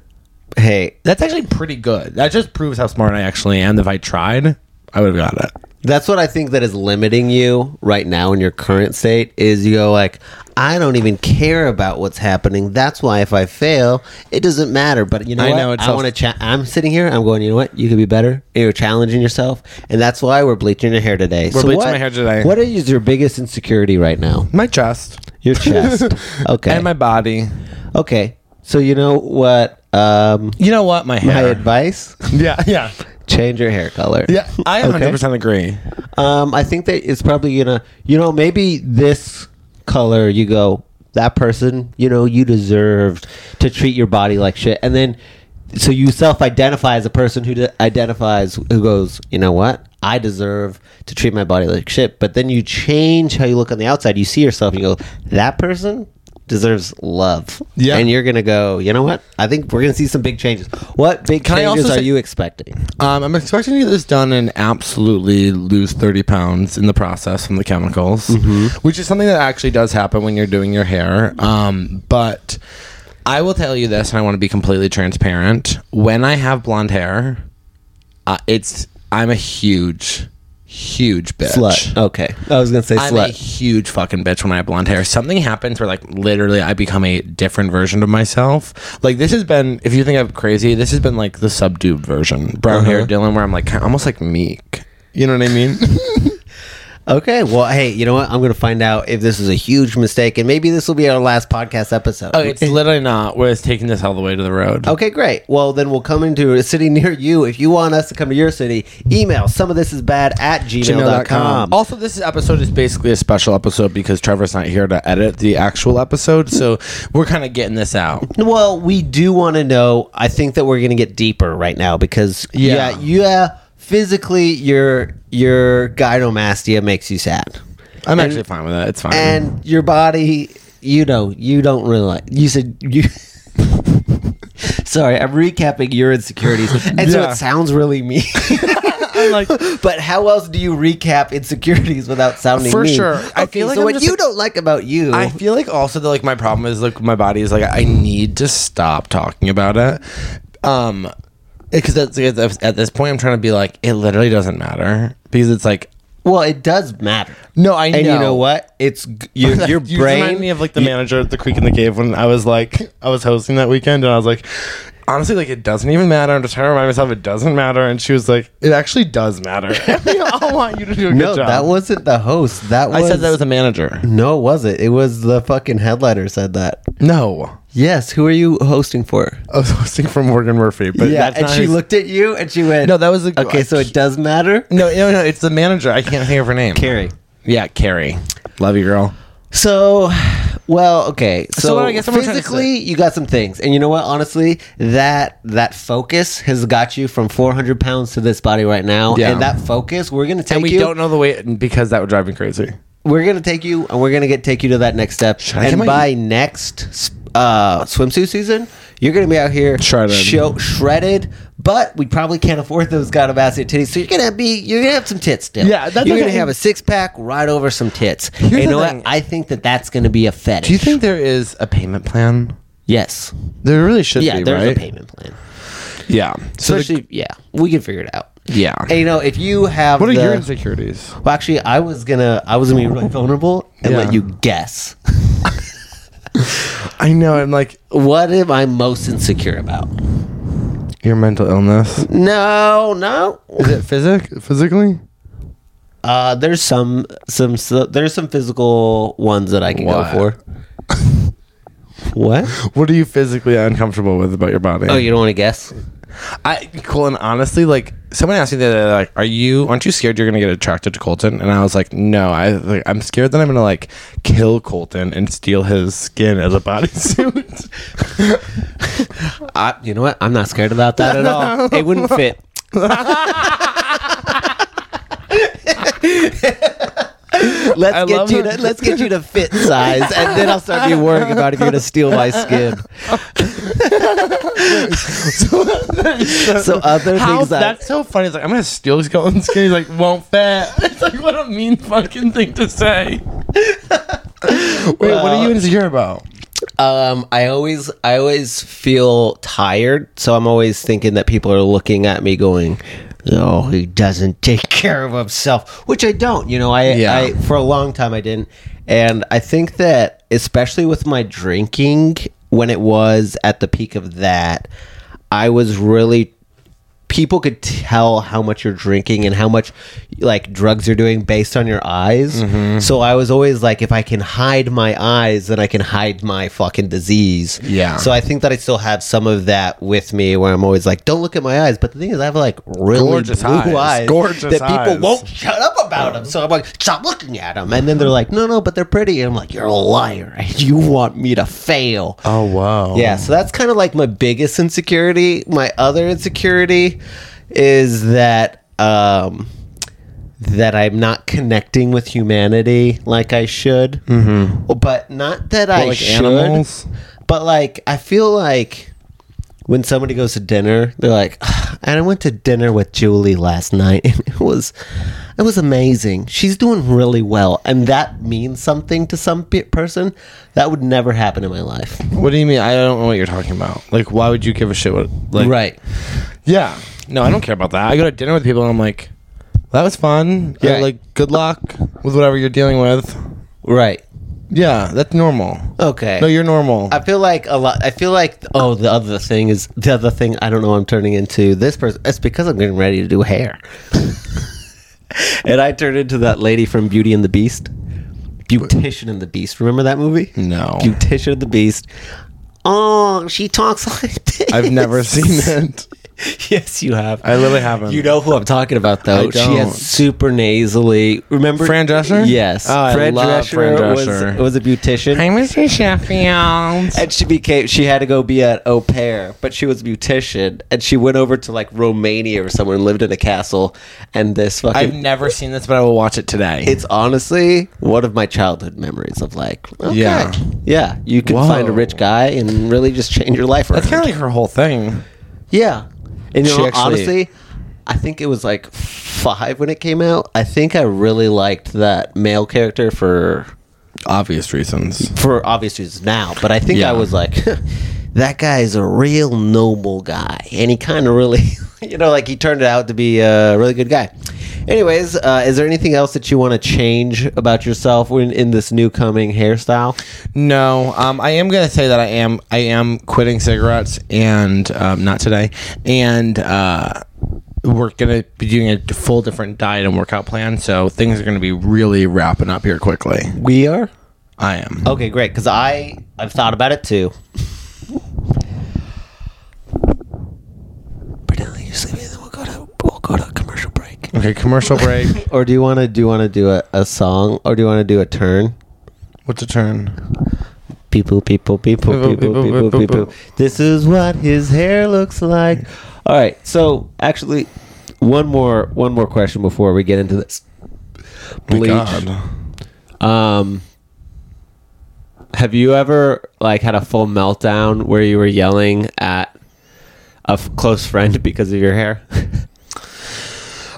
[SPEAKER 4] Hey,
[SPEAKER 3] That's actually pretty good. That just proves how smart I actually am. If I tried, I would have got it.
[SPEAKER 4] that's what I think that is limiting you right now in your current state is you go like I don't even care about what's happening. That's why if I fail, it doesn't matter. But you know
[SPEAKER 3] I
[SPEAKER 4] what?
[SPEAKER 3] know, it's
[SPEAKER 4] I
[SPEAKER 3] self-
[SPEAKER 4] want to. Cha- I'm sitting here. I'm going. You know what? You could be better. And you're challenging yourself, and that's why we're bleaching your hair today. We're
[SPEAKER 3] bleaching my hair today.
[SPEAKER 4] What is your biggest insecurity right now?
[SPEAKER 3] My chest
[SPEAKER 4] Your chest. okay.
[SPEAKER 3] and my body.
[SPEAKER 4] okay. So you know what? Um,
[SPEAKER 3] You know what? My
[SPEAKER 4] my
[SPEAKER 3] hair.
[SPEAKER 4] advice:
[SPEAKER 3] yeah, yeah.
[SPEAKER 4] change your hair color.
[SPEAKER 3] Yeah, I
[SPEAKER 4] Okay.
[SPEAKER 3] 100% agree.
[SPEAKER 4] Um, I think that it's probably gonna, you know, maybe this color you go, that person, you know, you deserved to treat your body like shit, and then so you self-identify as a person who de- identifies who goes, you know what, I deserve to treat my body like shit, but then you change how you look on the outside. You see yourself, and you go, that person deserves love,
[SPEAKER 3] Yeah.
[SPEAKER 4] and you're gonna go, you know what, I think we're gonna see some big changes. What big
[SPEAKER 3] Can I
[SPEAKER 4] changes
[SPEAKER 3] also
[SPEAKER 4] are
[SPEAKER 3] say-
[SPEAKER 4] you expecting?
[SPEAKER 3] Um, I'm expecting to get this done and absolutely lose 30 pounds in the process from the chemicals, which is something that actually does happen when you're doing your hair. Um, but I will tell you this, and I want to be completely transparent. When I have blonde hair, uh, it's I'm a huge, huge bitch.
[SPEAKER 4] Slut. Oh, Okay, I was gonna say
[SPEAKER 3] I'm a
[SPEAKER 4] slut.
[SPEAKER 3] huge fucking bitch when I have blonde hair. Something happens where like literally I become a different version of myself. Like this has been, if you think I'm crazy, this has been like the
[SPEAKER 4] Uh-huh.
[SPEAKER 3] subdued version, brown hair Dylan, where I'm like kind almost like meek. You know what I mean?
[SPEAKER 4] Okay, well, hey, you know what? I'm going to find out if this is a huge mistake, and maybe this will be our last podcast episode.
[SPEAKER 3] Oh, it's literally not. We're just taking this all the way to the road.
[SPEAKER 4] Okay, great. Well, then we'll come into a city near you. If you want us to come to your city, email some of this is bad at gmail.com.
[SPEAKER 3] Also, this episode is basically a special episode because Trevor's not here to edit the actual episode, so we're kind of getting this out.
[SPEAKER 4] Well, we do want to know. I think that we're going to get deeper right now because yeah,
[SPEAKER 3] Yeah.
[SPEAKER 4] yeah, physically your your gynomastia makes you sad,
[SPEAKER 3] I'm actually fine with that. It's fine.
[SPEAKER 4] and your body, you know, you don't really like. You said you. Sorry, I'm recapping your insecurities, and so
[SPEAKER 3] Yeah.
[SPEAKER 4] it sounds really mean.
[SPEAKER 3] I'm like,
[SPEAKER 4] But how else do you recap insecurities without sounding
[SPEAKER 3] For
[SPEAKER 4] mean?
[SPEAKER 3] sure.
[SPEAKER 4] Okay,
[SPEAKER 3] I feel like
[SPEAKER 4] so
[SPEAKER 3] I'm
[SPEAKER 4] what
[SPEAKER 3] just-
[SPEAKER 4] you don't like about you.
[SPEAKER 3] I feel like also that like my problem is like my body is like I need to stop talking about it, um, because that's that's- at this point I'm trying to be like it literally doesn't matter because it's like
[SPEAKER 4] well, it does matter.
[SPEAKER 3] no I
[SPEAKER 4] And
[SPEAKER 3] know
[SPEAKER 4] you know what? It's g- your, your
[SPEAKER 3] you
[SPEAKER 4] brain.
[SPEAKER 3] remind me of like the manager at the Creek in the Cave when I was like I was hosting that weekend and I was like honestly like it doesn't even matter I'm just trying to remind myself it doesn't matter and she was like it actually does matter we all want you to do a
[SPEAKER 4] no,
[SPEAKER 3] good job
[SPEAKER 4] that wasn't the host. That
[SPEAKER 3] I
[SPEAKER 4] was,
[SPEAKER 3] said that was a manager
[SPEAKER 4] no, was it? It was the fucking headliner said that.
[SPEAKER 3] no
[SPEAKER 4] Yes. Who are you hosting for?
[SPEAKER 3] I was hosting for Morgan Murphy but
[SPEAKER 4] yeah,
[SPEAKER 3] that's
[SPEAKER 4] and
[SPEAKER 3] not
[SPEAKER 4] she
[SPEAKER 3] who's-
[SPEAKER 4] looked at you and she went.
[SPEAKER 3] No, that was a-
[SPEAKER 4] okay. So it does matter,
[SPEAKER 3] No, no, no. It's the manager. I can't think of her name.
[SPEAKER 4] Carrie.
[SPEAKER 3] Yeah, Carrie. Love you, girl.
[SPEAKER 4] So, well, okay. So,
[SPEAKER 3] what I guess I'm trying to
[SPEAKER 4] physically, you got some things, and you know what? Honestly, that that focus has got you from 400 pounds to this body right now,
[SPEAKER 3] Yeah.
[SPEAKER 4] and that focus, we're gonna take
[SPEAKER 3] and we
[SPEAKER 4] you.
[SPEAKER 3] don't know the way because that would drive me crazy.
[SPEAKER 4] We're gonna take you, and we're gonna get take you to that next step.
[SPEAKER 3] I
[SPEAKER 4] and
[SPEAKER 3] get my- e-
[SPEAKER 4] by next uh, swimsuit season, you're gonna be out here
[SPEAKER 3] Shredded.
[SPEAKER 4] show, shredded. But we probably can't afford those godabassia titties, so you're gonna be you're gonna have some tits still.
[SPEAKER 3] Yeah, that's
[SPEAKER 4] you're
[SPEAKER 3] okay.
[SPEAKER 4] gonna have a six pack right over some tits. And you
[SPEAKER 3] the
[SPEAKER 4] know
[SPEAKER 3] thing.
[SPEAKER 4] what? I think that that's gonna be a fetish.
[SPEAKER 3] Do you think there is a payment plan?
[SPEAKER 4] Yes.
[SPEAKER 3] There really should
[SPEAKER 4] Yeah,
[SPEAKER 3] be,
[SPEAKER 4] there's
[SPEAKER 3] right?
[SPEAKER 4] a payment plan.
[SPEAKER 3] Yeah. So the-
[SPEAKER 4] Especially, yeah, we can figure it out.
[SPEAKER 3] yeah.
[SPEAKER 4] And you know, if you have
[SPEAKER 3] what are
[SPEAKER 4] the-
[SPEAKER 3] your insecurities?
[SPEAKER 4] Well, actually, I was gonna, I was gonna be really vulnerable and
[SPEAKER 3] Yeah.
[SPEAKER 4] let you guess.
[SPEAKER 3] I know. I'm like
[SPEAKER 4] What am I most insecure about?
[SPEAKER 3] your mental illness.
[SPEAKER 4] No, no.
[SPEAKER 3] Is it physic physically?
[SPEAKER 4] Uh, there's some, some, so, there's some physical ones that I can
[SPEAKER 3] What?
[SPEAKER 4] go for. what?
[SPEAKER 3] What are you physically uncomfortable with about your body?
[SPEAKER 4] Oh, you don't want to guess?
[SPEAKER 3] I Colin, honestly, like someone asked me that, they're like, "Are you? Aren't you scared you're gonna get attracted to Colton?" And I was like, "No, I like, I'm scared that I'm gonna like kill Colton and steal his skin as a bodysuit."
[SPEAKER 4] I, you know what? I'm not scared about that at all. It wouldn't fit. let's
[SPEAKER 3] I
[SPEAKER 4] get
[SPEAKER 3] love
[SPEAKER 4] you.
[SPEAKER 3] that.
[SPEAKER 4] To, let's get you to fit size, and then I'll start be worrying about if you're gonna steal my skin. so other
[SPEAKER 3] How?
[SPEAKER 4] things I,
[SPEAKER 3] That's so funny. It's like I'm gonna steal Colin's skin. He's like, "Won't fit." It's like what a mean fucking thing to say. Wait, what are you insecure about?
[SPEAKER 4] um, I always, I always feel tired, so I'm always thinking that people are looking at me going. Oh, he doesn't take care of himself, which I don't. You know, I,
[SPEAKER 3] Yeah.
[SPEAKER 4] I for a long time I didn't. And I think that especially with my drinking when it was at the peak of that, I was really people could tell how much you're drinking and how much like drugs you're doing based on your eyes.
[SPEAKER 3] Mm-hmm.
[SPEAKER 4] So I was always like if I can hide my eyes, then I can hide my fucking disease.
[SPEAKER 3] Yeah.
[SPEAKER 4] So I think that I still have some of that with me where I'm always like don't look at my eyes, but the thing is I have like really
[SPEAKER 3] Gorgeous
[SPEAKER 4] blue
[SPEAKER 3] eyes.
[SPEAKER 4] eyes
[SPEAKER 3] Gorgeous
[SPEAKER 4] that people
[SPEAKER 3] eyes.
[SPEAKER 4] won't shut up about them. Um, So I'm like, stop looking at them. And then they're like, no, no, but they're pretty. And I'm like, you're a liar. You want me to fail.
[SPEAKER 3] Oh wow.
[SPEAKER 4] Yeah, so that's kind of like my biggest insecurity. My other insecurity is that um, that I'm not connecting with humanity like I should. Mm-hmm. But not that I
[SPEAKER 3] like
[SPEAKER 4] should.
[SPEAKER 3] animals?
[SPEAKER 4] But like, I feel like when somebody goes to dinner, they're like, "Ah, and I went to dinner with Julie last night, and it was, it was amazing. She's doing really well, and that means something to some pe- person. That would never happen in my life.
[SPEAKER 3] What do you mean? I don't know what you're talking about. Like, why would you give a shit? What? Like,
[SPEAKER 4] right.
[SPEAKER 3] Yeah. No, I don't care about that. I go to dinner with people and I'm like, that was fun. Yeah.
[SPEAKER 4] Yeah.
[SPEAKER 3] like, good luck with whatever you're dealing with.
[SPEAKER 4] Right.
[SPEAKER 3] Yeah, that's normal.
[SPEAKER 4] Okay.
[SPEAKER 3] No, you're normal.
[SPEAKER 4] I feel like a lot. I feel like oh, the other thing is the other thing. I don't know. I'm turning into this person. It's because I'm getting ready to do hair. and I turned into that lady from Beauty and the Beast. Beautician and the Beast. Remember that movie?
[SPEAKER 3] No.
[SPEAKER 4] Beautician and the Beast. Oh, she talks like this.
[SPEAKER 3] I've never seen it.
[SPEAKER 4] yes, you have.
[SPEAKER 3] I literally haven't.
[SPEAKER 4] You know who I'm talking about, though. She
[SPEAKER 3] I don't.
[SPEAKER 4] has super nasally. Remember
[SPEAKER 3] Fran Drescher?
[SPEAKER 4] Yes,
[SPEAKER 3] Oh, I love Fran
[SPEAKER 4] was-
[SPEAKER 3] Drescher.
[SPEAKER 4] Was, a beautician.
[SPEAKER 3] Mr. Sheffield.
[SPEAKER 4] and she became she had to go be at au pair, but she was a beautician, and she went over to like Romania or somewhere and lived in a castle. And this
[SPEAKER 3] I've
[SPEAKER 4] fucking
[SPEAKER 3] never seen this, but I will watch it today.
[SPEAKER 4] it's honestly one of my childhood memories of like, okay,
[SPEAKER 3] Yeah.
[SPEAKER 4] yeah, you can
[SPEAKER 3] Whoa.
[SPEAKER 4] find a rich guy and really just change your life.
[SPEAKER 3] That's
[SPEAKER 4] around.
[SPEAKER 3] kind of like her whole thing.
[SPEAKER 4] Yeah. And you
[SPEAKER 3] She
[SPEAKER 4] know,
[SPEAKER 3] actually-
[SPEAKER 4] honestly, I think it was like five when it came out. I think I really liked that male character for
[SPEAKER 3] Obvious reasons.
[SPEAKER 4] for obvious reasons now, but I think
[SPEAKER 3] Yeah.
[SPEAKER 4] I was like, that guy is a real noble guy, and he kind of really, you know, like he turned out to be a really good guy. Anyways, uh, is there anything else that you want to change about yourself in, in this new coming hairstyle?
[SPEAKER 3] No, um, I am gonna say that I am I am quitting cigarettes and um, not today, and uh, we're gonna be doing a full different diet and workout plan. So things are gonna be really wrapping up here quickly.
[SPEAKER 4] We are.
[SPEAKER 3] I am.
[SPEAKER 4] Okay, great. Because I I've thought about it too. Brunello, you sleep in, then we'll go to we'll go to a commercial break.
[SPEAKER 3] Okay, commercial break.
[SPEAKER 4] Or do you want to do you want to do a, a song or do you want to do a turn?
[SPEAKER 3] What's a turn?
[SPEAKER 4] People, people, people, people,
[SPEAKER 3] People,
[SPEAKER 4] people,
[SPEAKER 3] people, people,
[SPEAKER 4] people.
[SPEAKER 3] people.
[SPEAKER 4] This is what his hair looks like. All right. So actually, one more one more question before we get into this. Bleach. Um, have you ever like had a full meltdown where you were yelling at a f- close friend because of your hair?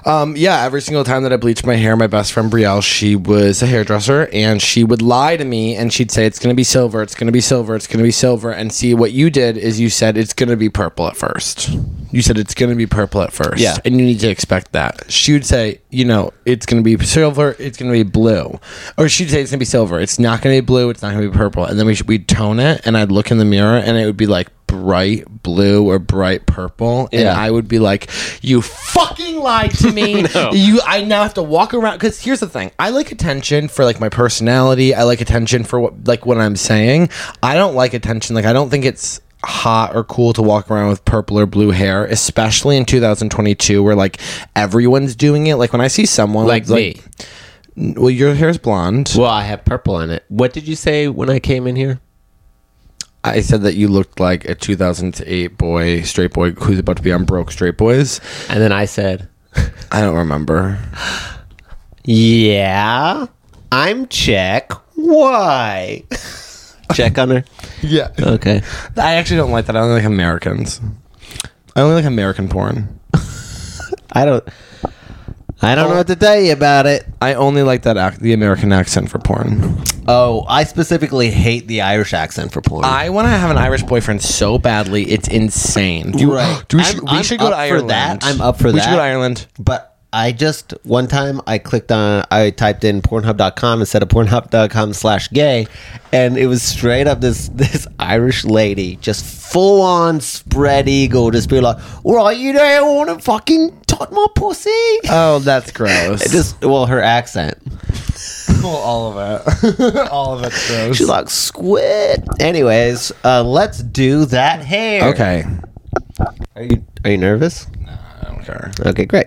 [SPEAKER 3] Um, yeah, every single time that I bleached my hair, my best friend Brielle, she was a hairdresser, and she would lie to me, and she'd say it's gonna be silver, it's gonna be silver, it's gonna be silver, and see what you did is you said it's gonna be purple at first. You said it's gonna be purple at first,
[SPEAKER 4] Yeah.
[SPEAKER 3] and you need to expect that. She would say, you know, it's gonna be silver, it's gonna be blue, or she'd say it's gonna be silver, it's not gonna be blue, it's not gonna be purple, and then we should, we'd tone it, and I'd look in the mirror, and it would be like bright blue or bright purple, and
[SPEAKER 4] Yeah.
[SPEAKER 3] I would be like, you fucking lied to me. You, I now have to walk around because here's the thing: I like attention for like my personality. I like attention for what like what I'm saying. I don't like attention. Like I don't think it's hot or cool to walk around with purple or blue hair, especially in 2022 where like everyone's doing it. Like when I see someone
[SPEAKER 4] Like me.
[SPEAKER 3] well, your hair's blonde.
[SPEAKER 4] Well, I have purple on it. What did you say when I came in here?
[SPEAKER 3] I said that you looked like a 2008 boy, straight boy who's about to be on Broke Straight Boys.
[SPEAKER 4] And then I said,
[SPEAKER 3] I don't remember.
[SPEAKER 4] "Yeah, I'm check. Why?" check on her.
[SPEAKER 3] Yeah.
[SPEAKER 4] Okay.
[SPEAKER 3] I actually don't like that. I only like Americans. I only like American porn.
[SPEAKER 4] I don't. I don't
[SPEAKER 3] Oh.
[SPEAKER 4] know what to tell you about it.
[SPEAKER 3] I only like that ac- the American accent for porn.
[SPEAKER 4] Oh, I specifically hate the Irish accent for porn.
[SPEAKER 3] I want to have an Irish boyfriend so badly. It's insane. Do you,
[SPEAKER 4] Right.
[SPEAKER 3] do we,
[SPEAKER 4] I'm-
[SPEAKER 3] should, we
[SPEAKER 4] I'm
[SPEAKER 3] should go
[SPEAKER 4] up
[SPEAKER 3] to
[SPEAKER 4] for
[SPEAKER 3] Ireland.
[SPEAKER 4] that. I'm up for
[SPEAKER 3] we should go
[SPEAKER 4] that.
[SPEAKER 3] to Ireland.
[SPEAKER 4] But I just one time I clicked on I typed in Pornhub.com instead of Pornhub.com slash gay, and it was straight up this this Irish lady just full on spread eagle, just be like, "Right, you there? Want to fucking tot my pussy?"
[SPEAKER 3] Oh, that's gross.
[SPEAKER 4] It just well, her accent.
[SPEAKER 3] all of it. all of it's gross.
[SPEAKER 4] She's like squid. Anyways, uh, let's do that hair.
[SPEAKER 3] okay.
[SPEAKER 4] Are you are you nervous?
[SPEAKER 3] I don't care.
[SPEAKER 4] Okay, great.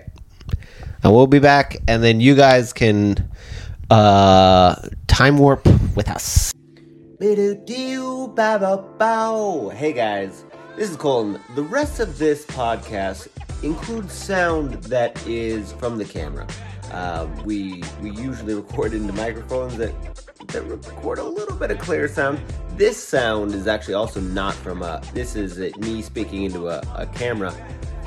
[SPEAKER 4] And we'll be back, and then you guys can uh, time warp with us. Hey guys, this is Colton. The rest of this podcast includes sound that is from the camera. Uh, we we usually record into microphones that that record a little bit of clear sound. This sound is actually also not from a. This is uh, me speaking into a, a camera.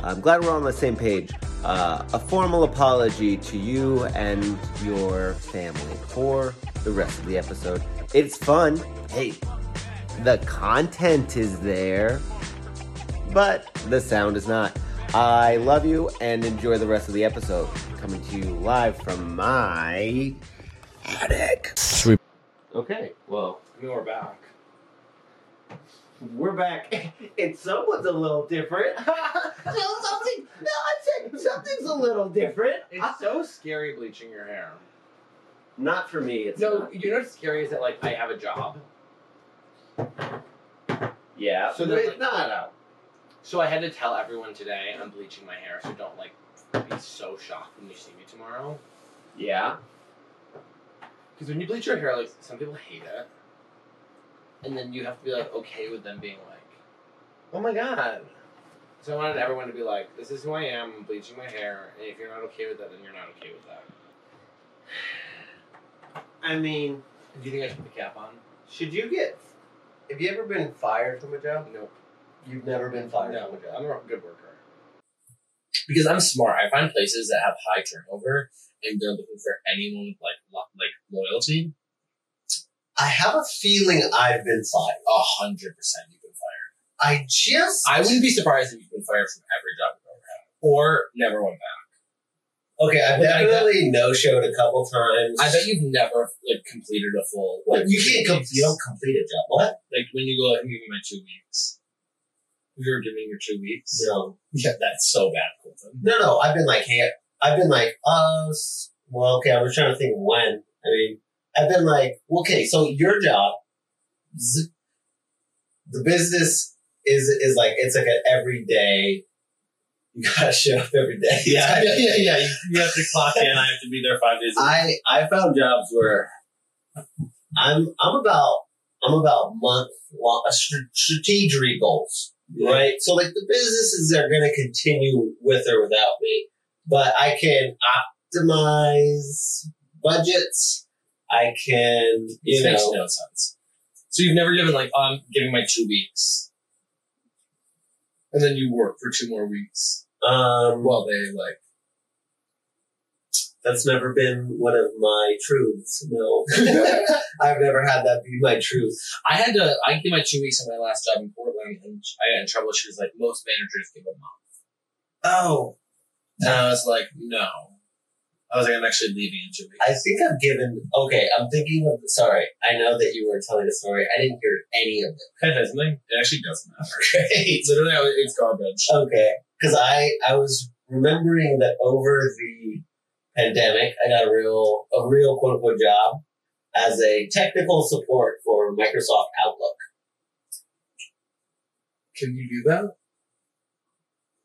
[SPEAKER 4] I'm glad we're on the same page. Uh, a formal apology to you and your family for the rest of the episode. It's fun. Hey, the content is there, but the sound is not. I love you and enjoy the rest of the episode. Coming to you live from my attic.
[SPEAKER 3] we-
[SPEAKER 4] Okay, well, we're back. We're back. And someone's a little different. no, something. No, I said. so- something's a little different. I-
[SPEAKER 5] It's so scary bleaching your hair.
[SPEAKER 4] not for me. It's
[SPEAKER 5] No,
[SPEAKER 4] not.
[SPEAKER 5] you know what's scary is that like I have a job,
[SPEAKER 4] Yeah,
[SPEAKER 5] So
[SPEAKER 4] but
[SPEAKER 5] there's
[SPEAKER 4] it's
[SPEAKER 5] like-
[SPEAKER 4] not out.
[SPEAKER 5] so I had to tell everyone today I'm bleaching my hair, so don't like be so shocked when you see me tomorrow.
[SPEAKER 4] Yeah,
[SPEAKER 5] Because when you bleach your hair, like some people hate it, and then you have to be like okay with them being like, oh my god. So I wanted everyone to be like, this is who I am. I'm bleaching my hair, and if you're not okay with that, then you're not okay with that.
[SPEAKER 6] I mean,
[SPEAKER 5] Do you think I should put the cap on?
[SPEAKER 6] should you get? Have you ever been fired from a job?
[SPEAKER 5] No,
[SPEAKER 6] You've never been fired
[SPEAKER 5] no,
[SPEAKER 6] from a job.
[SPEAKER 5] I'm a good worker. Because I'm smart, I find places that have high turnover and they're looking for anyone with like lo- like loyalty.
[SPEAKER 6] I have a feeling I've been fired.
[SPEAKER 5] A hundred percent, you've been fired.
[SPEAKER 6] I just
[SPEAKER 5] I wouldn't be surprised if you've been fired from every job you've ever had, or never went back.
[SPEAKER 6] okay. I've
[SPEAKER 5] Like, I
[SPEAKER 6] definitely no showed a couple times.
[SPEAKER 5] I bet you've never like completed a full. Like,
[SPEAKER 6] you
[SPEAKER 5] two
[SPEAKER 6] can't com-
[SPEAKER 5] weeks.
[SPEAKER 6] you don't complete a job. What?
[SPEAKER 5] Like when you go, I'm giving my two weeks. You're giving your two weeks.
[SPEAKER 6] No,
[SPEAKER 5] Yeah, that's so bad, Colton.
[SPEAKER 6] no, no. I've been like, hey, I've been like, uh, s- well, okay. I was trying to think of when. I mean, I've been like, okay, so your job, z- the business is is like it's like an everyday. You gotta show up every day.
[SPEAKER 7] Yeah, yeah, yeah, yeah. You, you have to clock in. I have to be there five days. a
[SPEAKER 6] I I found jobs where I'm I'm about I'm about month long str- strategic goals, right? So like the businesses are going to continue with or without me, but I can optimize budgets. I can you
[SPEAKER 7] This makes
[SPEAKER 6] know
[SPEAKER 7] no sense. So you've never given like, oh, I'm giving my two weeks, and then you work for two more weeks
[SPEAKER 6] um,
[SPEAKER 7] while they like.
[SPEAKER 6] that's never been one of my truths. No, I've never had that be my truth.
[SPEAKER 7] I had to. I gave my two weeks on my last job in Portland, and I got in trouble. She was like, most managers give a month,
[SPEAKER 6] Oh,
[SPEAKER 7] and I was like, no. I was like, I'm actually leaving in two weeks.
[SPEAKER 6] I think I've given. Okay, I'm thinking of. Sorry, I know that you were telling a story. I didn't hear any of it.
[SPEAKER 7] Can I tell you something? It actually doesn't matter.
[SPEAKER 6] Great.
[SPEAKER 7] Literally, I was- it's garbage.
[SPEAKER 6] Okay, because I I was remembering that over the pandemic, I got a real a real quote unquote job as a technical support for Microsoft Outlook.
[SPEAKER 7] Can you do that?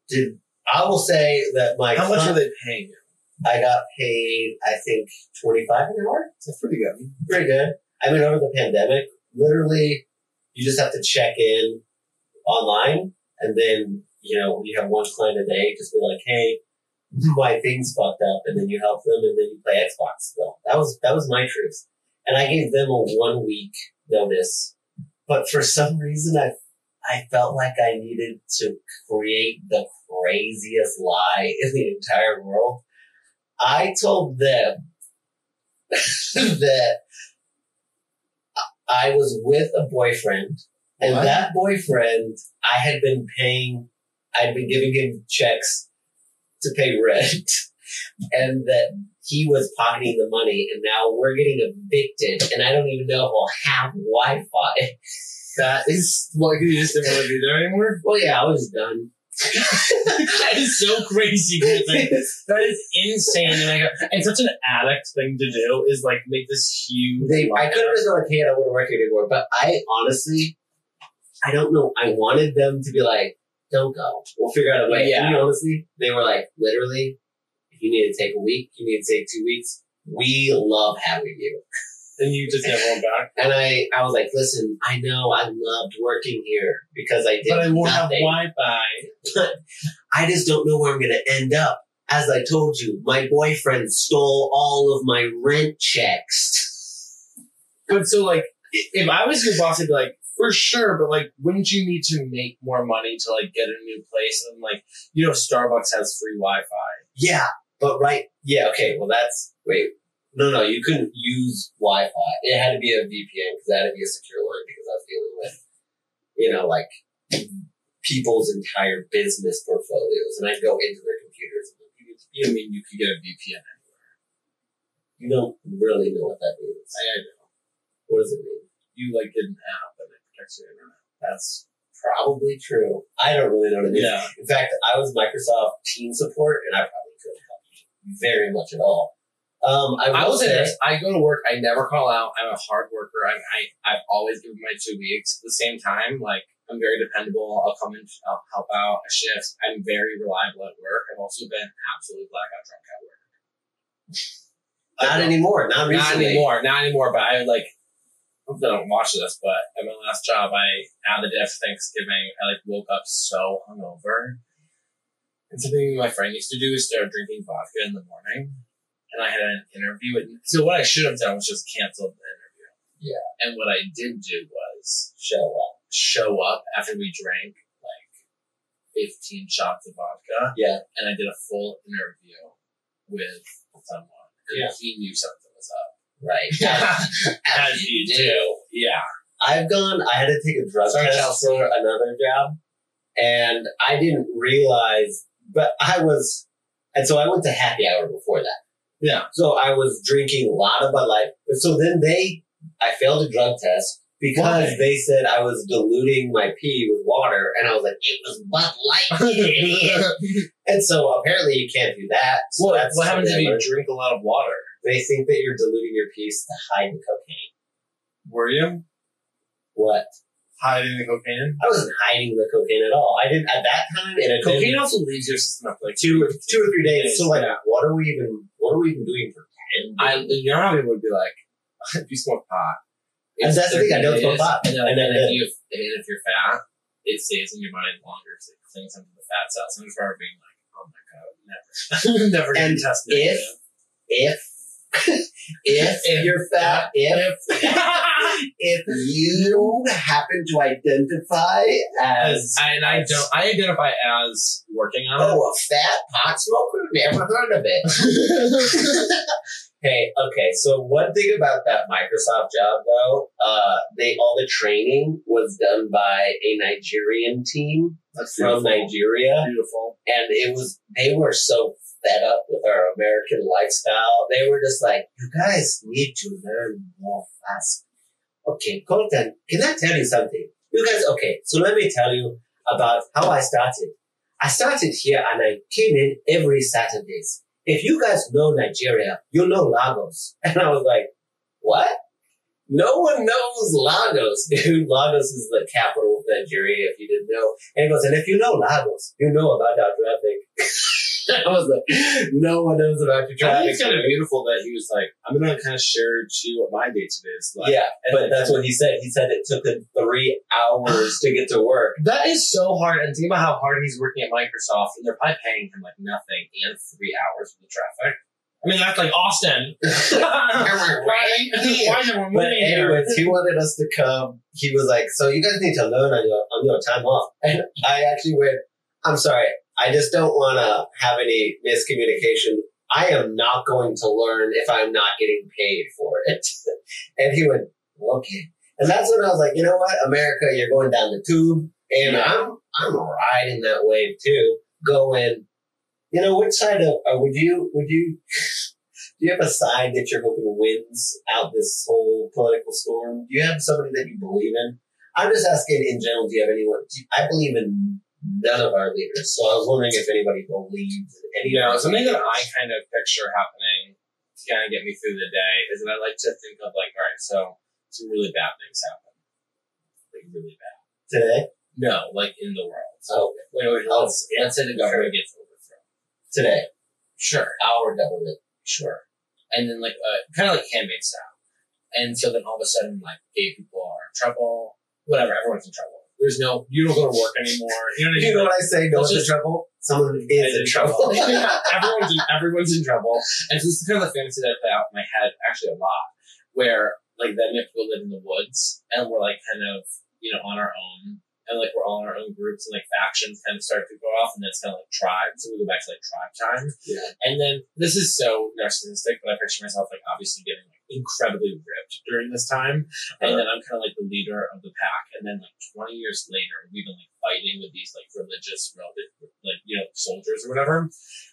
[SPEAKER 6] Did I will say that my
[SPEAKER 7] How much
[SPEAKER 6] con-
[SPEAKER 7] are they paying? you?
[SPEAKER 6] I got paid I think twenty five an hour.
[SPEAKER 7] That's pretty good.
[SPEAKER 6] pretty good. I mean, over the pandemic, literally, you just have to check in online, and then you know you have one client a day. Just be like, hey, my thing's fucked up, and then you help them, and then you play Xbox. So that was that was my truth, and I gave them a one week notice. But for some reason, I I felt like I needed to create the craziest lie in the entire world. I told them that I was with a boyfriend, and
[SPEAKER 7] What?
[SPEAKER 6] that boyfriend, I had been paying, I had been giving him checks to pay rent, and that he was pocketing the money, and now we're getting evicted, and I don't even know if I'll have Wi Fi. That is,
[SPEAKER 7] Well, you just didn't want to be there anymore.
[SPEAKER 6] well, yeah, I was done.
[SPEAKER 7] that is so crazy. Colton.
[SPEAKER 6] they
[SPEAKER 7] That is insane. And, I go, and such an addict thing to do is like make this huge.
[SPEAKER 6] I could have just been like, hey, I don't want to work here anymore, but I honestly, I don't know. I wanted them to be like, don't go. We'll figure out a way.
[SPEAKER 7] Yeah.
[SPEAKER 6] And honestly, they were like, literally, if you need to take a week, you need to take two weeks. We love having you.
[SPEAKER 7] and you just never went back.
[SPEAKER 6] And I, I was like, listen, I know I loved working here because I did
[SPEAKER 7] But I won't have
[SPEAKER 6] nothing.
[SPEAKER 7] Wi Fi.
[SPEAKER 6] I just don't know where I'm going to end up. As I told you, my boyfriend stole all of my rent checks.
[SPEAKER 7] But so, like, i- if I was your boss, I'd be like, for sure, but like, wouldn't you need to make more money to like get a new place? And like, you know, Starbucks has free Wi Fi.
[SPEAKER 6] Yeah, but right. Yeah, okay. Well, that's wait. No, no, you couldn't use Wi-Fi. It had to be a VPN because that had to be a secure line because I was dealing with, you know, like people's entire business portfolios, and I'd go into their computers. And
[SPEAKER 7] You could- you know, I mean, you could get a VPN.
[SPEAKER 6] you don't really know what that means.
[SPEAKER 7] I, I know.
[SPEAKER 6] What does it mean?
[SPEAKER 7] You like get an app and it protects your internet.
[SPEAKER 6] That's probably true. I don't really know what it means.
[SPEAKER 7] Yeah.
[SPEAKER 6] In fact, I was Microsoft Team support, and I probably could help you very much at all. Um, I,
[SPEAKER 7] I
[SPEAKER 6] will
[SPEAKER 7] will say
[SPEAKER 6] say-
[SPEAKER 7] this: I go to work. I never call out. I'm a hard worker. I'm, I I always give my two weeks. At the same time, like I'm very dependable. I'll come in. I'll help out a shift. I'm very reliable at work. I've also been absolutely blackout drunk at work.
[SPEAKER 6] Not anymore. Not
[SPEAKER 7] Not
[SPEAKER 6] recently.
[SPEAKER 7] anymore. Not anymore. But I like. Hope they don't watch this. But at my last job, I out of the day after Thanksgiving, I like woke up so hungover. And something my friend used to do is start drinking vodka in the morning. And I had an interview. And so what I should have done was just canceled the interview.
[SPEAKER 6] Yeah.
[SPEAKER 7] And what I did do was
[SPEAKER 6] Show up.
[SPEAKER 7] show up after we drank like 15 shots of vodka.
[SPEAKER 6] Yeah.
[SPEAKER 7] And I did a full interview with someone. And
[SPEAKER 6] Yeah.
[SPEAKER 7] he knew something was up.
[SPEAKER 6] Right.
[SPEAKER 7] As you do. Yeah.
[SPEAKER 6] I've gone. I had to take a drug
[SPEAKER 7] Sorry,
[SPEAKER 6] test
[SPEAKER 7] Chelsea.
[SPEAKER 6] for another job, and I didn't realize. But I was, and so I went to happy hour before that.
[SPEAKER 7] Yeah.
[SPEAKER 6] So I was drinking a lot of Bud Light. So then they, I failed a drug test because
[SPEAKER 7] Why?
[SPEAKER 6] they said I was diluting my pee with water, and I was like, it was Bud Light, you idiot. and so apparently you can't do that. So
[SPEAKER 7] What,
[SPEAKER 6] that's
[SPEAKER 7] what happens if
[SPEAKER 6] something I
[SPEAKER 7] you
[SPEAKER 6] learned.
[SPEAKER 7] drink a lot of water?
[SPEAKER 6] They think that you're diluting your piece to hide the cocaine.
[SPEAKER 7] Were you
[SPEAKER 6] What?
[SPEAKER 7] hiding the cocaine?
[SPEAKER 6] I wasn't hiding the cocaine at all. I didn't at that time. It had been
[SPEAKER 7] Cocaine also leaves your system up like
[SPEAKER 6] two or two or three days. So like,
[SPEAKER 7] Yeah.
[SPEAKER 6] what are we even? What are we even doing for ten?
[SPEAKER 7] I, you know how people would be like, if you smoke pot,
[SPEAKER 6] And that's the thing, I don't smoke
[SPEAKER 7] days,
[SPEAKER 6] pot.
[SPEAKER 7] And then,
[SPEAKER 6] I
[SPEAKER 7] and then
[SPEAKER 6] never
[SPEAKER 7] if
[SPEAKER 6] did.
[SPEAKER 7] you, and if you're fat, it stays in your body longer because it clings onto the fat cells. And I just remember being like, oh my god, never, never
[SPEAKER 6] And
[SPEAKER 7] getting tested.
[SPEAKER 6] if- if if
[SPEAKER 7] If-
[SPEAKER 6] you're fat, if if you happen to identify as
[SPEAKER 7] As- and I don't, I identify as working on it.
[SPEAKER 6] oh a fat pot smoker, never heard of it. Hey, okay. So one thing about that Microsoft job, though, uh, they all the training was done by a Nigerian team
[SPEAKER 7] That's
[SPEAKER 6] from Nigeria.
[SPEAKER 7] Beautiful.
[SPEAKER 6] and it was they were so fed up with our American lifestyle. They were just like, "You guys need to learn more fast." Okay, Colton, can I tell you something? You guys, okay, so let me tell you about how I started. I started here and I came in every Saturdays. If you guys know Nigeria, you know Lagos. And I was like, what? No one knows Lagos, dude. Lagos is the capital of Nigeria, if you didn't know. And he goes, and if you know Lagos, you know about our traffic. I was like, no one knows about your
[SPEAKER 7] I think
[SPEAKER 6] traffic.
[SPEAKER 7] it's kind of beautiful that he was like, I'm gonna kind of share to you what my day today is like.
[SPEAKER 6] Yeah, but that's what he said. He said it took him three hours to get to work.
[SPEAKER 7] That is so hard. And think about how hard he's working at Microsoft, and they're probably paying him like nothing and three hours of the traffic. I mean, that's like Austin. why is everyone
[SPEAKER 6] But
[SPEAKER 7] moving here?
[SPEAKER 6] anyways, he wanted us to come. He was like, "So you guys need to learn on your on your time off." And I actually went, "I'm sorry, I just don't want to have any miscommunication. I am not going to learn if I'm not getting paid for it." and he went, "Okay." And that's when I was like, "You know what, America, you're going down the tube, and
[SPEAKER 7] Yeah.
[SPEAKER 6] I'm I'm riding that wave too, going." You know, which side of uh, would you would you do you have a side that you're hoping wins out this whole political storm? Do you have somebody that you believe in? I'm just asking in general, do you have anyone? do you- I believe in none of our leaders, so I was wondering if anybody believes in any
[SPEAKER 7] You know, something that I kind of picture happening to kind of get me through the day is that I like to think of like, all right, so some really bad things happen, like really bad.
[SPEAKER 6] today.
[SPEAKER 7] No, like in the world.
[SPEAKER 6] Oh,
[SPEAKER 7] So wait, wait,
[SPEAKER 6] Oh,
[SPEAKER 7] let's, let's say the government gets overthrown.
[SPEAKER 6] today,
[SPEAKER 7] Sure.
[SPEAKER 6] our government.
[SPEAKER 7] Sure. And then like uh, kind of like handmade style. And so then all of a sudden like gay people are in trouble. Whatever, everyone's in trouble. There's no you don't go to work anymore. You know what I mean?
[SPEAKER 6] You know what I say? No
[SPEAKER 7] Let's
[SPEAKER 6] one's in
[SPEAKER 7] just-
[SPEAKER 6] trouble. Someone
[SPEAKER 7] Everyone's
[SPEAKER 6] is in trouble.
[SPEAKER 7] everyone's in, everyone's in trouble. And so this is kind of the fantasy that I play out in my head actually a lot, where like then we have to go live in the woods and we're like kind of you know on our own and like we're all in our own groups and like factions kind of start to go off and then it's kind of like tribes so we go back to like tribe time.
[SPEAKER 6] Yeah.
[SPEAKER 7] And then this is so narcissistic, but I picture myself like obviously getting like incredibly ripped during this time. And then I'm kind of like the leader of the pack. And then like 20 years later, we've been like fighting with these like religious, relative, like, you know, soldiers or whatever.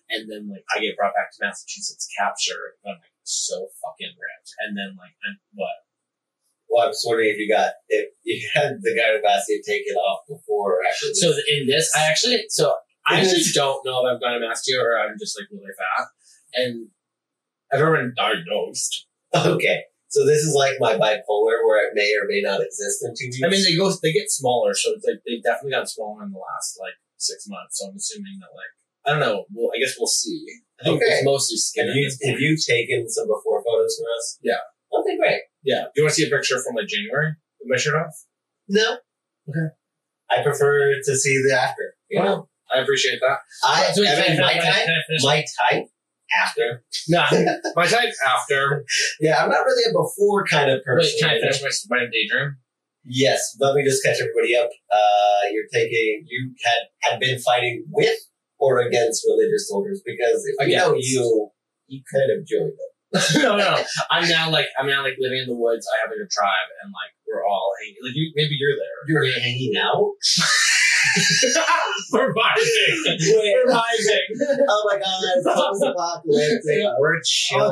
[SPEAKER 7] And then like I get brought back to Massachusetts captured. And I'm like so fucking ripped. And then like, I'm what?
[SPEAKER 6] Well, I was wondering if you got if you had the guy who asked you to take it off before or after.
[SPEAKER 7] So in this, I actually, so I actually don't know if I've gone to mass too, or I'm just like really fat. And I've ever been diagnosed.
[SPEAKER 6] Okay. So this is like my bipolar where it may or may not exist in two weeks.
[SPEAKER 7] I mean, they go, they get smaller, so it's like they definitely got smaller in the last like six months. So I'm assuming that like I don't know. Well, I guess we'll see. I think
[SPEAKER 6] Okay.
[SPEAKER 7] it's mostly skin.
[SPEAKER 6] have
[SPEAKER 7] at
[SPEAKER 6] you
[SPEAKER 7] this
[SPEAKER 6] have
[SPEAKER 7] point.
[SPEAKER 6] you taken some before photos for us?
[SPEAKER 7] Yeah.
[SPEAKER 6] Okay, great.
[SPEAKER 7] yeah. Do you want to see a picture from like January with my shirt off?
[SPEAKER 6] No.
[SPEAKER 7] Okay.
[SPEAKER 6] I prefer to see the after. You know?
[SPEAKER 7] Well, I appreciate that.
[SPEAKER 6] I,
[SPEAKER 7] So it's-
[SPEAKER 6] I mean, my
[SPEAKER 7] can
[SPEAKER 6] type,
[SPEAKER 7] can I finish?
[SPEAKER 6] my type after.
[SPEAKER 7] No, my type after.
[SPEAKER 6] Yeah, I'm not really a before kind of person.
[SPEAKER 7] Wait, can I finish my, my daydream?
[SPEAKER 6] Yes, let me just catch everybody up. Uh, you're taking you had had been fighting with or against religious soldiers because if you know
[SPEAKER 7] Against.
[SPEAKER 6] you, you kind of joined them.
[SPEAKER 7] no, no. I'm now like I'm now like living in the woods. I have like a tribe, and like we're all hanging. Like you, maybe you're there.
[SPEAKER 6] You're hanging out.
[SPEAKER 7] we're vibing. We're vibing.
[SPEAKER 6] Oh my god, it's apocalyptic.
[SPEAKER 7] Yeah.
[SPEAKER 6] We're
[SPEAKER 7] Oh,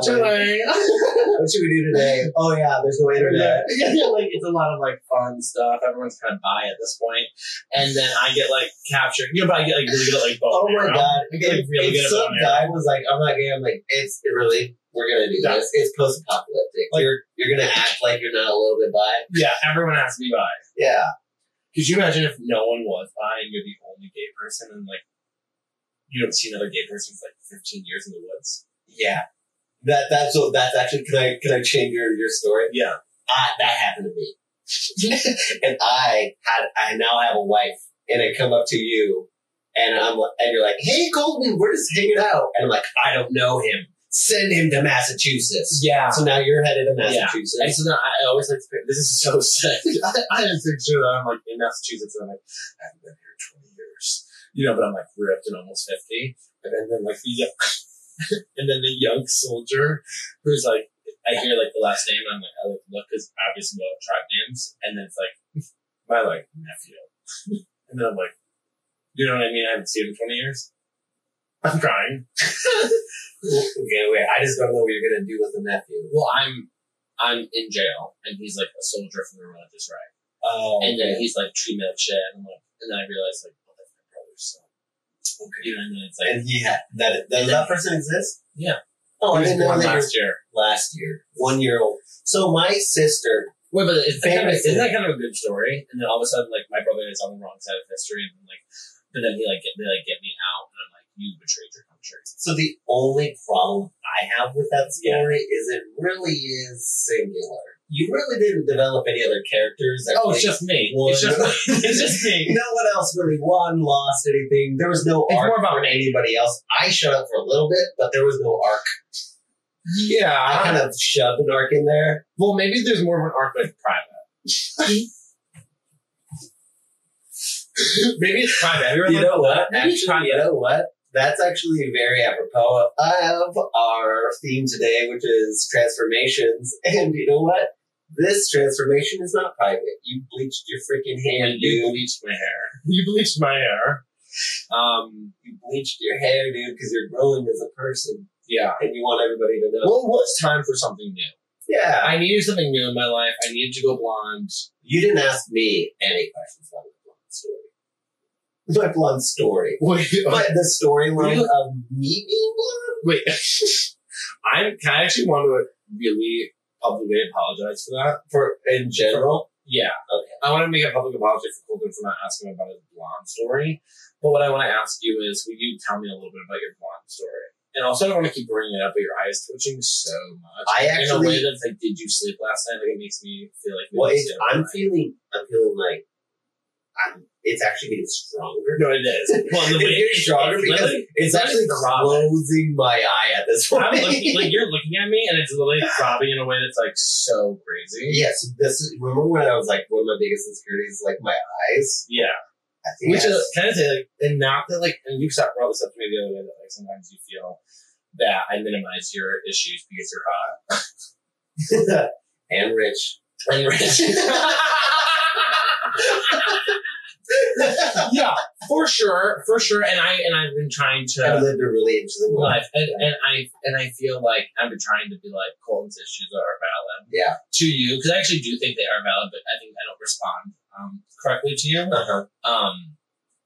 [SPEAKER 6] chilling.
[SPEAKER 7] Joey.
[SPEAKER 6] what should we do today? Oh yeah, there's no
[SPEAKER 7] yeah,
[SPEAKER 6] internet.
[SPEAKER 7] yeah, like it's a lot of like fun stuff. Everyone's kind of by at this point, and then I get like captured. You know, but I get like really good at like bow
[SPEAKER 6] Oh
[SPEAKER 7] and
[SPEAKER 6] my
[SPEAKER 7] arrow.
[SPEAKER 6] god.
[SPEAKER 7] We get
[SPEAKER 6] If,
[SPEAKER 7] really
[SPEAKER 6] if
[SPEAKER 7] good at
[SPEAKER 6] some
[SPEAKER 7] bow and
[SPEAKER 6] guy was like, I'm not gay, I'm like, it's it really we're gonna do
[SPEAKER 7] Yeah.
[SPEAKER 6] this. It's post apocalyptic.
[SPEAKER 7] Like-
[SPEAKER 6] you're you're gonna act like you're not a little bit bi.
[SPEAKER 7] Yeah, everyone has to be by.
[SPEAKER 6] Yeah.
[SPEAKER 7] Could you imagine if no one was bi and you're the only gay person, and like you don't see another gay person for like 15 years in the woods?
[SPEAKER 6] Yeah. That that's what that's actually can I can I change your, your story?
[SPEAKER 7] Yeah.
[SPEAKER 6] I, that happened to me. and I had I now have a wife and I come up to you and I'm li- and you're like, Hey Colton, we're just hanging out and I'm like, I don't know him. Send him to Massachusetts.
[SPEAKER 7] Yeah.
[SPEAKER 6] So now you're headed to
[SPEAKER 7] Yeah.
[SPEAKER 6] Massachusetts.
[SPEAKER 7] And so then I I always like to pick- this is so sick. I, I just picture that I'm like in Massachusetts and I'm like, I haven't been here twenty years. You know, but I'm like ripped and almost fifty. And then, then like the young and then the young soldier who's like I hear like the last name and I'm like, I like look because obviously we all have tribe names and then it's like my like nephew. and then I'm like, you know what I mean? I haven't seen him in twenty years. I'm crying.
[SPEAKER 6] Okay, wait, I just don't know what you're gonna do with the nephew.
[SPEAKER 7] Well, I'm I'm in jail and he's like a soldier from the religious right.
[SPEAKER 6] Oh
[SPEAKER 7] And then he's like treat me like shit, and I'm like, and then I realize like, oh, that's my brother, so okay. You know, and then it's like,
[SPEAKER 6] and he had that does that person exist?
[SPEAKER 7] Yeah.
[SPEAKER 6] Oh,
[SPEAKER 7] he
[SPEAKER 6] I
[SPEAKER 7] was
[SPEAKER 6] didn't know
[SPEAKER 7] born
[SPEAKER 6] they were
[SPEAKER 7] last year.
[SPEAKER 6] last year. One year old. So my sister
[SPEAKER 7] Wait, but is that, kind of,
[SPEAKER 6] Famously.
[SPEAKER 7] isn't that kind of a good story? And then all of a sudden, like my brother is on the wrong side of history, and then like, but then he like get, they like get me out, and I'm like, you betrayed your country.
[SPEAKER 6] So the only problem I have with that story is it really is singular. You really didn't develop any other characters. that
[SPEAKER 7] Oh, it's
[SPEAKER 6] like,
[SPEAKER 7] just me.
[SPEAKER 6] one-
[SPEAKER 7] It's just me. it's just me.
[SPEAKER 6] no one else really won, lost anything. There was no
[SPEAKER 7] It's
[SPEAKER 6] arc
[SPEAKER 7] more
[SPEAKER 6] for
[SPEAKER 7] about me.
[SPEAKER 6] anybody else. I showed up for a little bit, but there was no arc.
[SPEAKER 7] Yeah.
[SPEAKER 6] I kind of shoved an arc in there.
[SPEAKER 7] well, maybe there's more of an arc like private. maybe it's private. Have
[SPEAKER 6] You
[SPEAKER 7] read
[SPEAKER 6] know what?
[SPEAKER 7] Maybe it's
[SPEAKER 6] Actually, you know what? That's actually very apropos of our theme today, which is transformations. And you know what? This transformation is not private. You bleached your freaking hand,
[SPEAKER 7] And
[SPEAKER 6] dude.
[SPEAKER 7] you bleached my hair. You bleached my hair. Um,
[SPEAKER 6] you bleached your hair, dude, because you're growing as a person
[SPEAKER 7] yeah.
[SPEAKER 6] and you want everybody to know.
[SPEAKER 7] Well, it was time for something new.
[SPEAKER 6] yeah.
[SPEAKER 7] I needed something new in my life. I needed to go blonde.
[SPEAKER 6] You didn't ask me any questions about my blonde story. My blonde story.
[SPEAKER 7] Wait,
[SPEAKER 6] But the storyline
[SPEAKER 7] Really?
[SPEAKER 6] of me being blonde?
[SPEAKER 7] wait. I'm. Can I actually want to really publicly apologize for that?
[SPEAKER 6] For, in general?
[SPEAKER 7] Yeah.
[SPEAKER 6] Okay.
[SPEAKER 7] I want to make a public apology for Colton for not asking about his blonde story. But what I want to ask you is, will you tell me a little bit about your blonde story? And also, I don't want to keep bringing it up, but your eye is twitching so much.
[SPEAKER 6] I
[SPEAKER 7] in a way
[SPEAKER 6] actually,
[SPEAKER 7] that's like, did you sleep last night? Like, it makes me feel like
[SPEAKER 6] well,
[SPEAKER 7] maybe
[SPEAKER 6] it's,
[SPEAKER 7] it's
[SPEAKER 6] I'm
[SPEAKER 7] different.
[SPEAKER 6] feeling, I'm feeling like, I'm, it's actually getting stronger.
[SPEAKER 7] No, it is. Well, the
[SPEAKER 6] It's
[SPEAKER 7] way
[SPEAKER 6] getting stronger
[SPEAKER 7] it's
[SPEAKER 6] because
[SPEAKER 7] literally-
[SPEAKER 6] it's actually
[SPEAKER 7] throbbing.
[SPEAKER 6] closing my eye at this point.
[SPEAKER 7] I'm looking, like you're looking at me, and it's literally throbbing in a way that's like so crazy.
[SPEAKER 6] Yes, this is, remember when I was like, one of my biggest insecurities, like my eyes?
[SPEAKER 7] Yeah,
[SPEAKER 6] I think
[SPEAKER 7] which
[SPEAKER 6] I-
[SPEAKER 7] is kind of like, and not that like, and you said brought this up to me the other day that like sometimes you feel that I minimize your issues because you're hot
[SPEAKER 6] and rich.
[SPEAKER 7] and rich. yeah, for sure, for sure. And I and I've been trying to.
[SPEAKER 6] I lived a really interesting life.
[SPEAKER 7] life. And, and I and I feel like I'm trying to be like Colton's issues are um, valid.
[SPEAKER 6] Yeah.
[SPEAKER 7] To you, because I actually do think they are valid, but I think I don't respond um, correctly to you.
[SPEAKER 6] Uh-huh.
[SPEAKER 7] Um,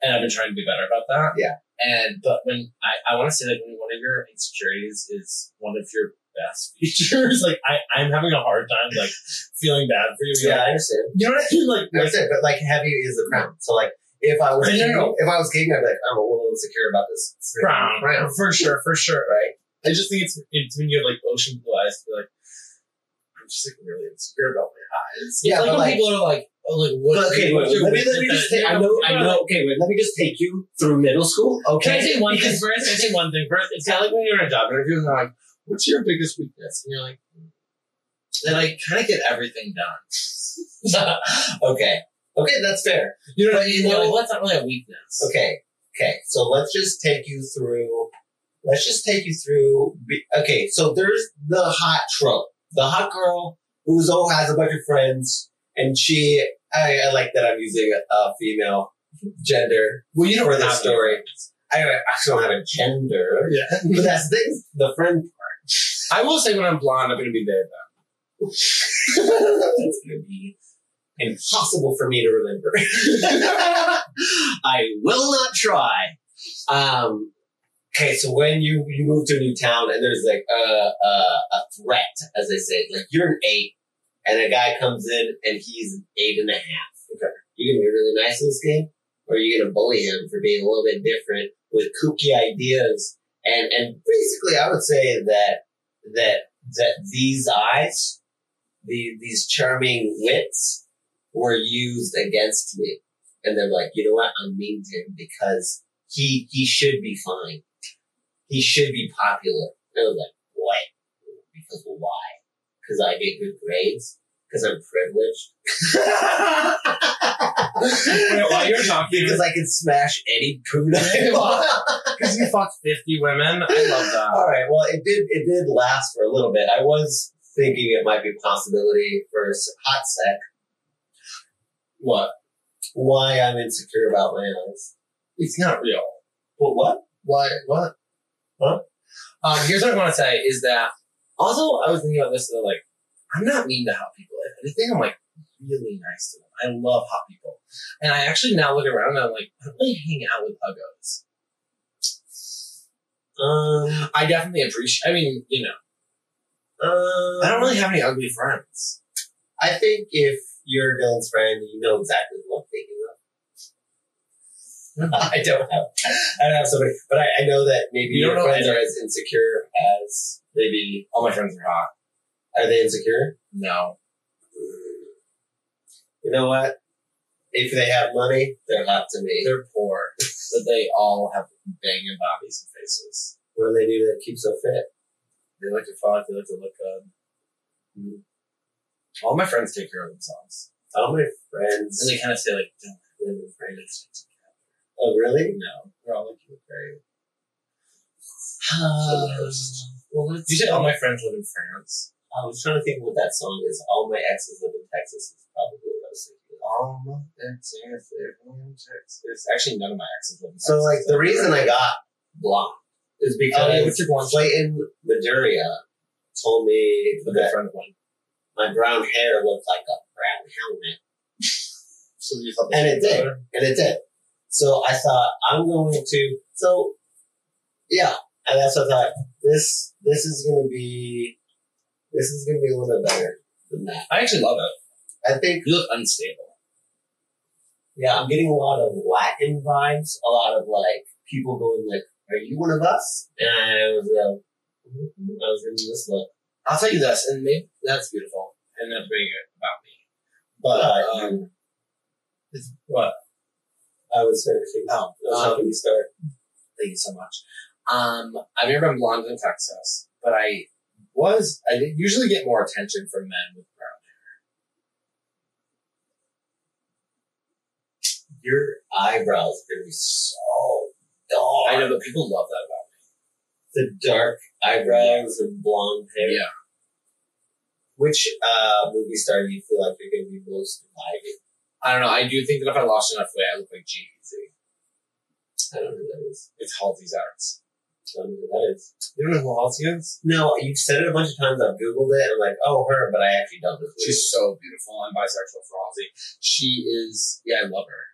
[SPEAKER 7] and I've been trying to be better about that.
[SPEAKER 6] Yeah.
[SPEAKER 7] And but when I, I want to say like when one of your insecurities is one of your best features, like I I'm having a hard time like feeling bad for you. You're
[SPEAKER 6] Yeah, I
[SPEAKER 7] like,
[SPEAKER 6] understand.
[SPEAKER 7] you know what I mean?
[SPEAKER 6] I
[SPEAKER 7] Like, like
[SPEAKER 6] understand, but like heavy is the crown. So like if I was
[SPEAKER 7] I know.
[SPEAKER 6] if I was king, I'd be like, I'm a little insecure about this freaking
[SPEAKER 7] brown,
[SPEAKER 6] crown.
[SPEAKER 7] for sure, for sure, right? I just think it's it's when you have like ocean blue eyes, you're like I'm just like really insecure about my eyes.
[SPEAKER 6] Yeah,
[SPEAKER 7] it's like
[SPEAKER 6] but,
[SPEAKER 7] when
[SPEAKER 6] like-
[SPEAKER 7] people are like, oh, like what?
[SPEAKER 6] But, okay, wait,
[SPEAKER 7] what's your
[SPEAKER 6] let me
[SPEAKER 7] weakness
[SPEAKER 6] let me
[SPEAKER 7] at
[SPEAKER 6] just
[SPEAKER 7] that?
[SPEAKER 6] take. I
[SPEAKER 7] You
[SPEAKER 6] know, I know. Okay, wait. Let me just take you through middle school. Okay,
[SPEAKER 7] Can I say one thing
[SPEAKER 6] Because-
[SPEAKER 7] first? Can I say one thing first? It's kind of like when you're in a job interview and they're like, what's your biggest weakness? And you're like, "Hmm." then I kind of get everything done.
[SPEAKER 6] okay, okay, that's fair.
[SPEAKER 7] you know what I mean?
[SPEAKER 6] You know-
[SPEAKER 7] Like, well, that's not really a weakness.
[SPEAKER 6] Okay, okay. So let's just take you through. Let's just take you through. be- Okay, so there's the hot trope, the hot girl who's oh has a bunch of friends, and she. I, I like that I'm using a, a female gender
[SPEAKER 7] Well, you don't
[SPEAKER 6] for the
[SPEAKER 7] have
[SPEAKER 6] story. I, I don't have a gender,
[SPEAKER 7] Yeah.
[SPEAKER 6] but that's the thing. The friend
[SPEAKER 7] I will say when I'm blonde, I'm going to be there, though.
[SPEAKER 6] That's going to be impossible for me to remember. I will not try. Um, okay, so when you, you move to a new town and there's like a, a, a threat, as they say, like you're an eight, and a guy comes in and he's an eight and a half. Okay. You're going to be really nice in this game, or are you going to bully him for being a little bit different with kooky ideas? And, and basically, I would say that that that these eyes the, these charming wits were used against me. And they're like, you know what? I'm mean to him because he, he should be fine. He should be popular. And I was like, what? Because why? Because I get good grades? Because I'm privileged?
[SPEAKER 7] Wait, while you're talking,
[SPEAKER 6] because I can smash any prude I want.
[SPEAKER 7] because you fucked 50 women, I love that.
[SPEAKER 6] All right. Well, it did. It did last for a little bit. I was thinking it might be a possibility for s- hot sec. What? Why I'm insecure about my eyes?
[SPEAKER 7] It's not real.
[SPEAKER 6] Well, what?
[SPEAKER 7] Why? What?
[SPEAKER 6] Huh?
[SPEAKER 7] Um, here's what I want to say is that also I was thinking about this though, like I'm not mean to hot people. If anything, I'm like really nice to them. I love hot people, and I actually now look around and I'm like I don't really hang out with uggos.
[SPEAKER 6] Um.
[SPEAKER 7] I definitely appreciate. I mean, you know,
[SPEAKER 6] um,
[SPEAKER 7] I don't really have any ugly friends.
[SPEAKER 6] I think if you're Dylan's friend, you know exactly what I'm thinking
[SPEAKER 7] Hmm.
[SPEAKER 6] of. I don't have. I don't have somebody, but I, I know that maybe
[SPEAKER 7] You don't
[SPEAKER 6] your
[SPEAKER 7] know
[SPEAKER 6] friends
[SPEAKER 7] any-
[SPEAKER 6] are as insecure as maybe.
[SPEAKER 7] All my friends are hot.
[SPEAKER 6] Are they insecure?
[SPEAKER 7] No,
[SPEAKER 6] You know what? If they have money, they're hot to me.
[SPEAKER 7] they're poor, but they all have banging bodies and faces.
[SPEAKER 6] What do they do that keeps them fit?
[SPEAKER 7] They like to fuck. They like to look good. All my friends take care of themselves,
[SPEAKER 6] Hmm. All my friends.
[SPEAKER 7] and they kind of say like, "Don't
[SPEAKER 6] live in France. Oh, really?
[SPEAKER 7] No, they're all like you look very.
[SPEAKER 6] well, let's
[SPEAKER 7] You said all my friends live in France.
[SPEAKER 6] I was trying to think what that song is. All my exes live in Texas is probably what I was thinking.
[SPEAKER 7] All my exes live in Texas. Actually, none of my exes live in Texas.
[SPEAKER 6] So, like, the reason I got blonde is
[SPEAKER 7] oh, yeah, what's
[SPEAKER 6] because
[SPEAKER 7] your blonde?
[SPEAKER 6] Clayton Maduria told me
[SPEAKER 7] a good
[SPEAKER 6] that
[SPEAKER 7] friend of mine.
[SPEAKER 6] my brown hair looked like a brown helmet.
[SPEAKER 7] So you thought
[SPEAKER 6] And it did. and it did. So I thought I'm going to. So yeah, and that's what I thought. This this is going to be this is going to be a little bit better than that.
[SPEAKER 7] I actually love it.
[SPEAKER 6] I think.
[SPEAKER 7] You look unstable.
[SPEAKER 6] Yeah, I'm getting a lot of Latin vibes. A lot of like people going like, "Are you one of us?" And I was like,
[SPEAKER 7] uh,
[SPEAKER 6] "Mhm." I was in this look,
[SPEAKER 7] I'll tell you this, and maybe that's beautiful, and that's very good about me.
[SPEAKER 6] but
[SPEAKER 7] But,
[SPEAKER 6] um,
[SPEAKER 7] It's, what?
[SPEAKER 6] I was finishing.
[SPEAKER 7] Oh,
[SPEAKER 6] I was
[SPEAKER 7] um,
[SPEAKER 6] helping you start.
[SPEAKER 7] Thank you so much. Um, I've never been blonde in Texas, but I was. I did usually get more attention from men with brown.
[SPEAKER 6] Your eyebrows are going to be so dark.
[SPEAKER 7] I know, but people love that about
[SPEAKER 6] the dark eyebrows and blonde hair.
[SPEAKER 7] Yeah.
[SPEAKER 6] Which uh, movie star do you feel like you're going to be most divided?
[SPEAKER 7] me. I don't know. I do think that if I lost enough weight, I look like G Easy.
[SPEAKER 6] I don't know who that is.
[SPEAKER 7] It's Halsey's arts.
[SPEAKER 6] I don't know who that is.
[SPEAKER 7] You don't know who Halsey is?
[SPEAKER 6] No, you've said it a bunch of times. I've Googled it. And I'm like, oh, her, but I actually don't know. who it is.
[SPEAKER 7] She's so beautiful. I'm bisexual for Halsey. She is. Yeah, I love her.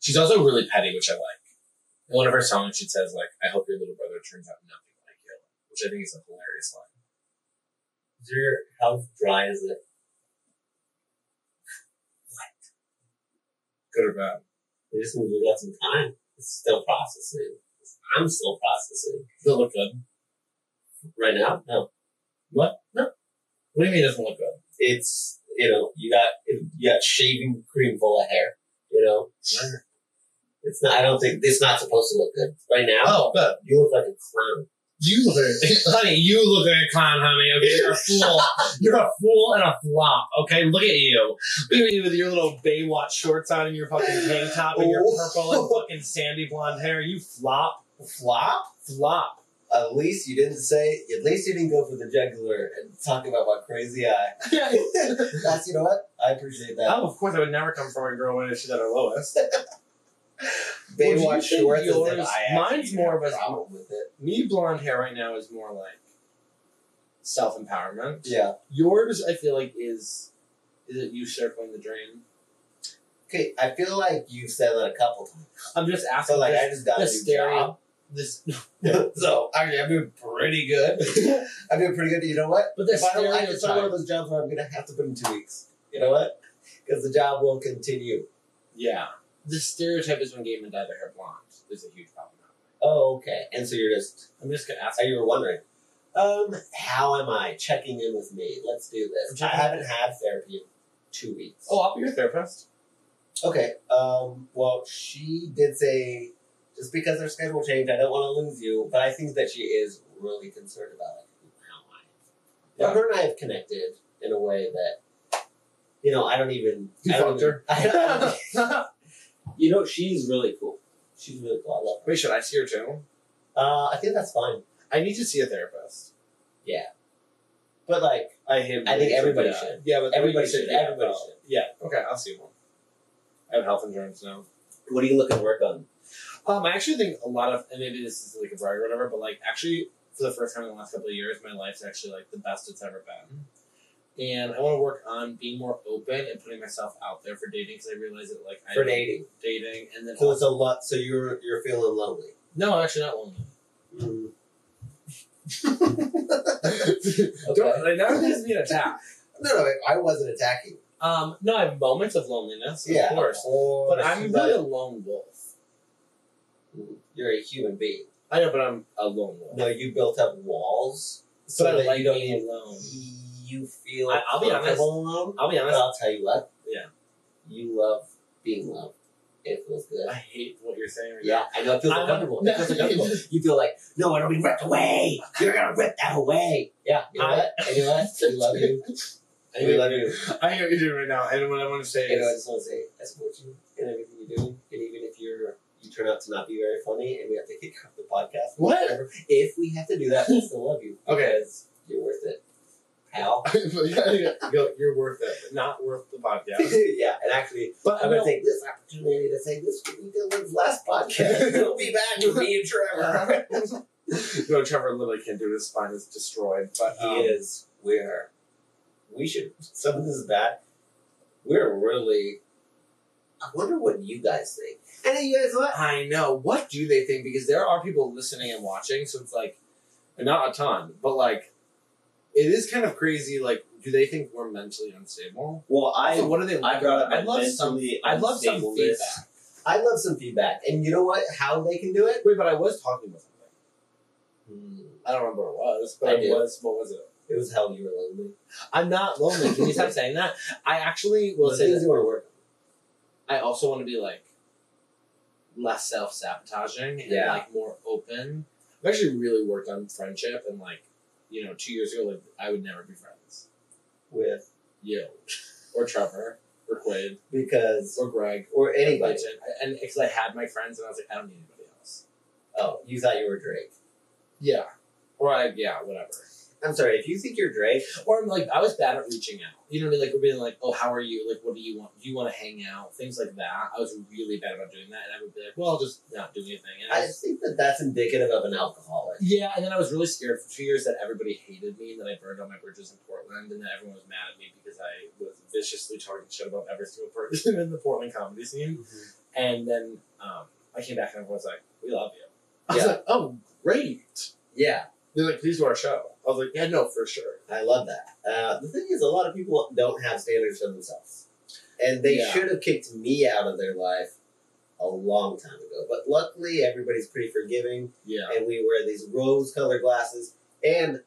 [SPEAKER 7] She's also really petty, which I like. one of her songs, she says, like, I hope your little brother turns out nothing like you, which I think is a hilarious line.
[SPEAKER 6] Is your how dry is it?
[SPEAKER 7] Good or bad?
[SPEAKER 6] We just we got some time. It's still processing. I'm still processing
[SPEAKER 7] Does it look good?
[SPEAKER 6] right now. No,
[SPEAKER 7] What? No. What do you mean it doesn't look good?
[SPEAKER 6] it's you know you got you got shaving cream full of hair. You know, it's not. I don't think it's not supposed to look good right now.
[SPEAKER 7] Oh, good.
[SPEAKER 6] You look like a clown.
[SPEAKER 7] You look like a, honey, you look like a clown, honey. Okay, you're a fool. You're a fool and a flop. Okay, look at you. Look at you with your little Baywatch shorts on and your fucking tank top and your
[SPEAKER 6] Oh.
[SPEAKER 7] purple and fucking sandy blonde hair. You flop,
[SPEAKER 6] Flop.
[SPEAKER 7] flop.
[SPEAKER 6] At least you didn't say. At least you didn't go for the jugular and talk about my crazy eye. That's you know what I appreciate that.
[SPEAKER 7] Oh, of course, I would never come from a girl when she's at her lowest.
[SPEAKER 6] Baywatch
[SPEAKER 7] Well, do you think
[SPEAKER 6] shorts. and then
[SPEAKER 7] yours-
[SPEAKER 6] I actually
[SPEAKER 7] mine's
[SPEAKER 6] had
[SPEAKER 7] more of a-
[SPEAKER 6] problem with it.
[SPEAKER 7] Me, blonde hair right now is more like self empowerment.
[SPEAKER 6] Yeah.
[SPEAKER 7] Yours, I feel like, is is it you circling the drain?
[SPEAKER 6] Okay. I feel like you've said that a couple times.
[SPEAKER 7] I'm just asking.
[SPEAKER 6] So like I
[SPEAKER 7] this,
[SPEAKER 6] just got
[SPEAKER 7] the
[SPEAKER 6] a new
[SPEAKER 7] stereo-
[SPEAKER 6] job.
[SPEAKER 7] this,
[SPEAKER 6] so I mean, I'm doing pretty good. I'm doing pretty good. You know what?
[SPEAKER 7] but the
[SPEAKER 6] If I don't like it, it's not one of
[SPEAKER 7] stereotype.
[SPEAKER 6] those jobs where I'm gonna have to put in two weeks. You know what? Because the job will continue.
[SPEAKER 7] Yeah, the stereotype is when gay men dye their hair blonde. There's a huge problem. out there.
[SPEAKER 6] Oh, okay. And so you're just
[SPEAKER 7] I'm just gonna ask.
[SPEAKER 6] so you were wondering. Um, how am I checking in with me? Let's do this. I haven't had therapy in two weeks.
[SPEAKER 7] Oh, I'll be your therapist.
[SPEAKER 6] Okay. Um, well, she did say just because our schedule changed, I don't want to lose you, but I think that she is really concerned about it. How I. But her and I have connected in a way that, you know, I don't even.
[SPEAKER 7] You
[SPEAKER 6] I don't
[SPEAKER 7] fucked
[SPEAKER 6] even-
[SPEAKER 7] her.
[SPEAKER 6] I don't- you know, she's really cool. She's really cool. I love her.
[SPEAKER 7] Wait, should I see her too?
[SPEAKER 6] Uh, I think that's fine.
[SPEAKER 7] I need to see a therapist.
[SPEAKER 6] But like,
[SPEAKER 7] I hate.
[SPEAKER 6] I think everybody
[SPEAKER 7] yeah.
[SPEAKER 6] should.
[SPEAKER 7] Yeah, but
[SPEAKER 6] Everybody
[SPEAKER 7] we
[SPEAKER 6] should.
[SPEAKER 7] yeah,
[SPEAKER 6] Everybody
[SPEAKER 7] well,
[SPEAKER 6] should.
[SPEAKER 7] Yeah. Okay, I'll see one. I have health insurance now.
[SPEAKER 6] what are you looking to work on?
[SPEAKER 7] Um, I actually think a lot of, and maybe this is like a brag or whatever, but like actually, for the first time in the last couple of years, my life's actually like the best it's ever been. And I want to work on being more open and putting myself out there for dating because I realize that like I
[SPEAKER 6] For dating.
[SPEAKER 7] dating, and then
[SPEAKER 6] So it's a lot. So you're you're feeling lonely.
[SPEAKER 7] no, I'm actually not lonely.
[SPEAKER 6] Okay.
[SPEAKER 7] Don't, like, now this is being attacked.
[SPEAKER 6] No, no, I wasn't attacking.
[SPEAKER 7] Um, no, I have moments of loneliness, of
[SPEAKER 6] yeah,
[SPEAKER 7] course,
[SPEAKER 6] course,
[SPEAKER 7] but I'm
[SPEAKER 6] but-
[SPEAKER 7] really a lone wolf.
[SPEAKER 6] You're a human being.
[SPEAKER 7] I know, but I'm a lone wolf.
[SPEAKER 6] No, you built up walls so
[SPEAKER 7] but I
[SPEAKER 6] that
[SPEAKER 7] like
[SPEAKER 6] you don't
[SPEAKER 7] being
[SPEAKER 6] need.
[SPEAKER 7] alone.
[SPEAKER 6] You feel.
[SPEAKER 7] Um, I- I'll be honest.
[SPEAKER 6] comfortable Alone,
[SPEAKER 7] I'll be
[SPEAKER 6] but
[SPEAKER 7] honest.
[SPEAKER 6] I'll tell you what.
[SPEAKER 7] Yeah.
[SPEAKER 6] You love being loved. It feels good.
[SPEAKER 7] I hate what you're saying right
[SPEAKER 6] Yeah, I know it feels
[SPEAKER 7] I'm-
[SPEAKER 6] uncomfortable. It feels uncomfortable. You feel like, no, it'll be ripped away. You're gonna rip that away. Yeah, you know
[SPEAKER 7] I-
[SPEAKER 6] what? And you know what? We love you. And we love you.
[SPEAKER 7] now. I hear what you're doing right now, and what I want to say
[SPEAKER 6] You know, I
[SPEAKER 7] is,
[SPEAKER 6] just want to say I support you in everything you do, and even if you're you turn out to not be very funny, and we have to kick off the podcast.
[SPEAKER 7] What?
[SPEAKER 6] whatever, If we have to do that, we still love you.
[SPEAKER 7] Okay.
[SPEAKER 6] because you're worth it, pal.
[SPEAKER 7] Yo, you're worth it, but not worth the
[SPEAKER 6] Yeah.
[SPEAKER 7] podcast.
[SPEAKER 6] and actually,
[SPEAKER 7] But
[SPEAKER 6] I'm
[SPEAKER 7] no,
[SPEAKER 6] gonna take this opportunity to say this we did Lynn's last podcast. we'll be back with me and Trevor.
[SPEAKER 7] no, Trevor literally can't do it. His spine is destroyed. But
[SPEAKER 6] he
[SPEAKER 7] um,
[SPEAKER 6] is where we should. Some of this is bad. We're really. I wonder what you guys think. And then you guys what?
[SPEAKER 7] I know. What do they think? Because there are people listening and watching, so it's like not a ton, but like it is kind of crazy. Like, do they think we're mentally unstable?
[SPEAKER 6] Well, I
[SPEAKER 7] So what do they?
[SPEAKER 6] I brought up
[SPEAKER 7] I
[SPEAKER 6] my
[SPEAKER 7] love some.
[SPEAKER 6] mentally
[SPEAKER 7] I love some
[SPEAKER 6] unstable
[SPEAKER 7] feedback.
[SPEAKER 6] list. I love some feedback. And you know what? How they can do it?
[SPEAKER 7] Wait, but I was talking about something. I don't remember what it was, but
[SPEAKER 6] I
[SPEAKER 7] it
[SPEAKER 6] do.
[SPEAKER 7] was. What was it?
[SPEAKER 6] It was hell you were lonely.
[SPEAKER 7] I'm not lonely. Can you stop saying that? I actually will
[SPEAKER 6] the
[SPEAKER 7] say
[SPEAKER 6] things
[SPEAKER 7] that
[SPEAKER 6] you want to work
[SPEAKER 7] I also want to be like less self sabotaging and
[SPEAKER 6] Yeah.
[SPEAKER 7] like more open. I've actually really worked on friendship and like, you know, two years ago, like I would never be friends.
[SPEAKER 6] with
[SPEAKER 7] You or Trevor or Quaid
[SPEAKER 6] because
[SPEAKER 7] or Greg
[SPEAKER 6] or
[SPEAKER 7] or
[SPEAKER 6] anybody.
[SPEAKER 7] Clayton. And because I had my friends and I was like, I don't need anybody else.
[SPEAKER 6] Oh, you thought you were Drake.
[SPEAKER 7] Yeah. Or I, yeah, whatever.
[SPEAKER 6] I'm sorry, if you think you're Drake,
[SPEAKER 7] Or I'm like, I was bad at reaching out. You know what I mean? Like, we're being like, oh, how are you? Like, what do you want? Do you want to hang out? Things like that. I was really bad about doing that. And I would be like, well, I'll just not do anything. And I
[SPEAKER 6] I
[SPEAKER 7] was-
[SPEAKER 6] just think that that's indicative of an alcoholic.
[SPEAKER 7] Yeah, and then I was really scared for two years that everybody hated me and that I burned all my bridges in Portland and that everyone was mad at me because I was viciously talking shit about Mm-hmm. every single person in the Portland comedy scene. And then um, I came back and everyone was like,
[SPEAKER 8] We love you.
[SPEAKER 7] I was
[SPEAKER 6] Yeah.
[SPEAKER 7] like, oh, great.
[SPEAKER 6] Yeah,
[SPEAKER 7] They're like, please do our show. I was like, yeah, no, for sure.
[SPEAKER 6] I love that. Uh, the thing is, a lot of people don't have standards for themselves, and they
[SPEAKER 7] Yeah.
[SPEAKER 6] should have kicked me out of their life a long time ago. But luckily, everybody's pretty forgiving,
[SPEAKER 7] Yeah.
[SPEAKER 6] and we wear these rose-colored glasses. And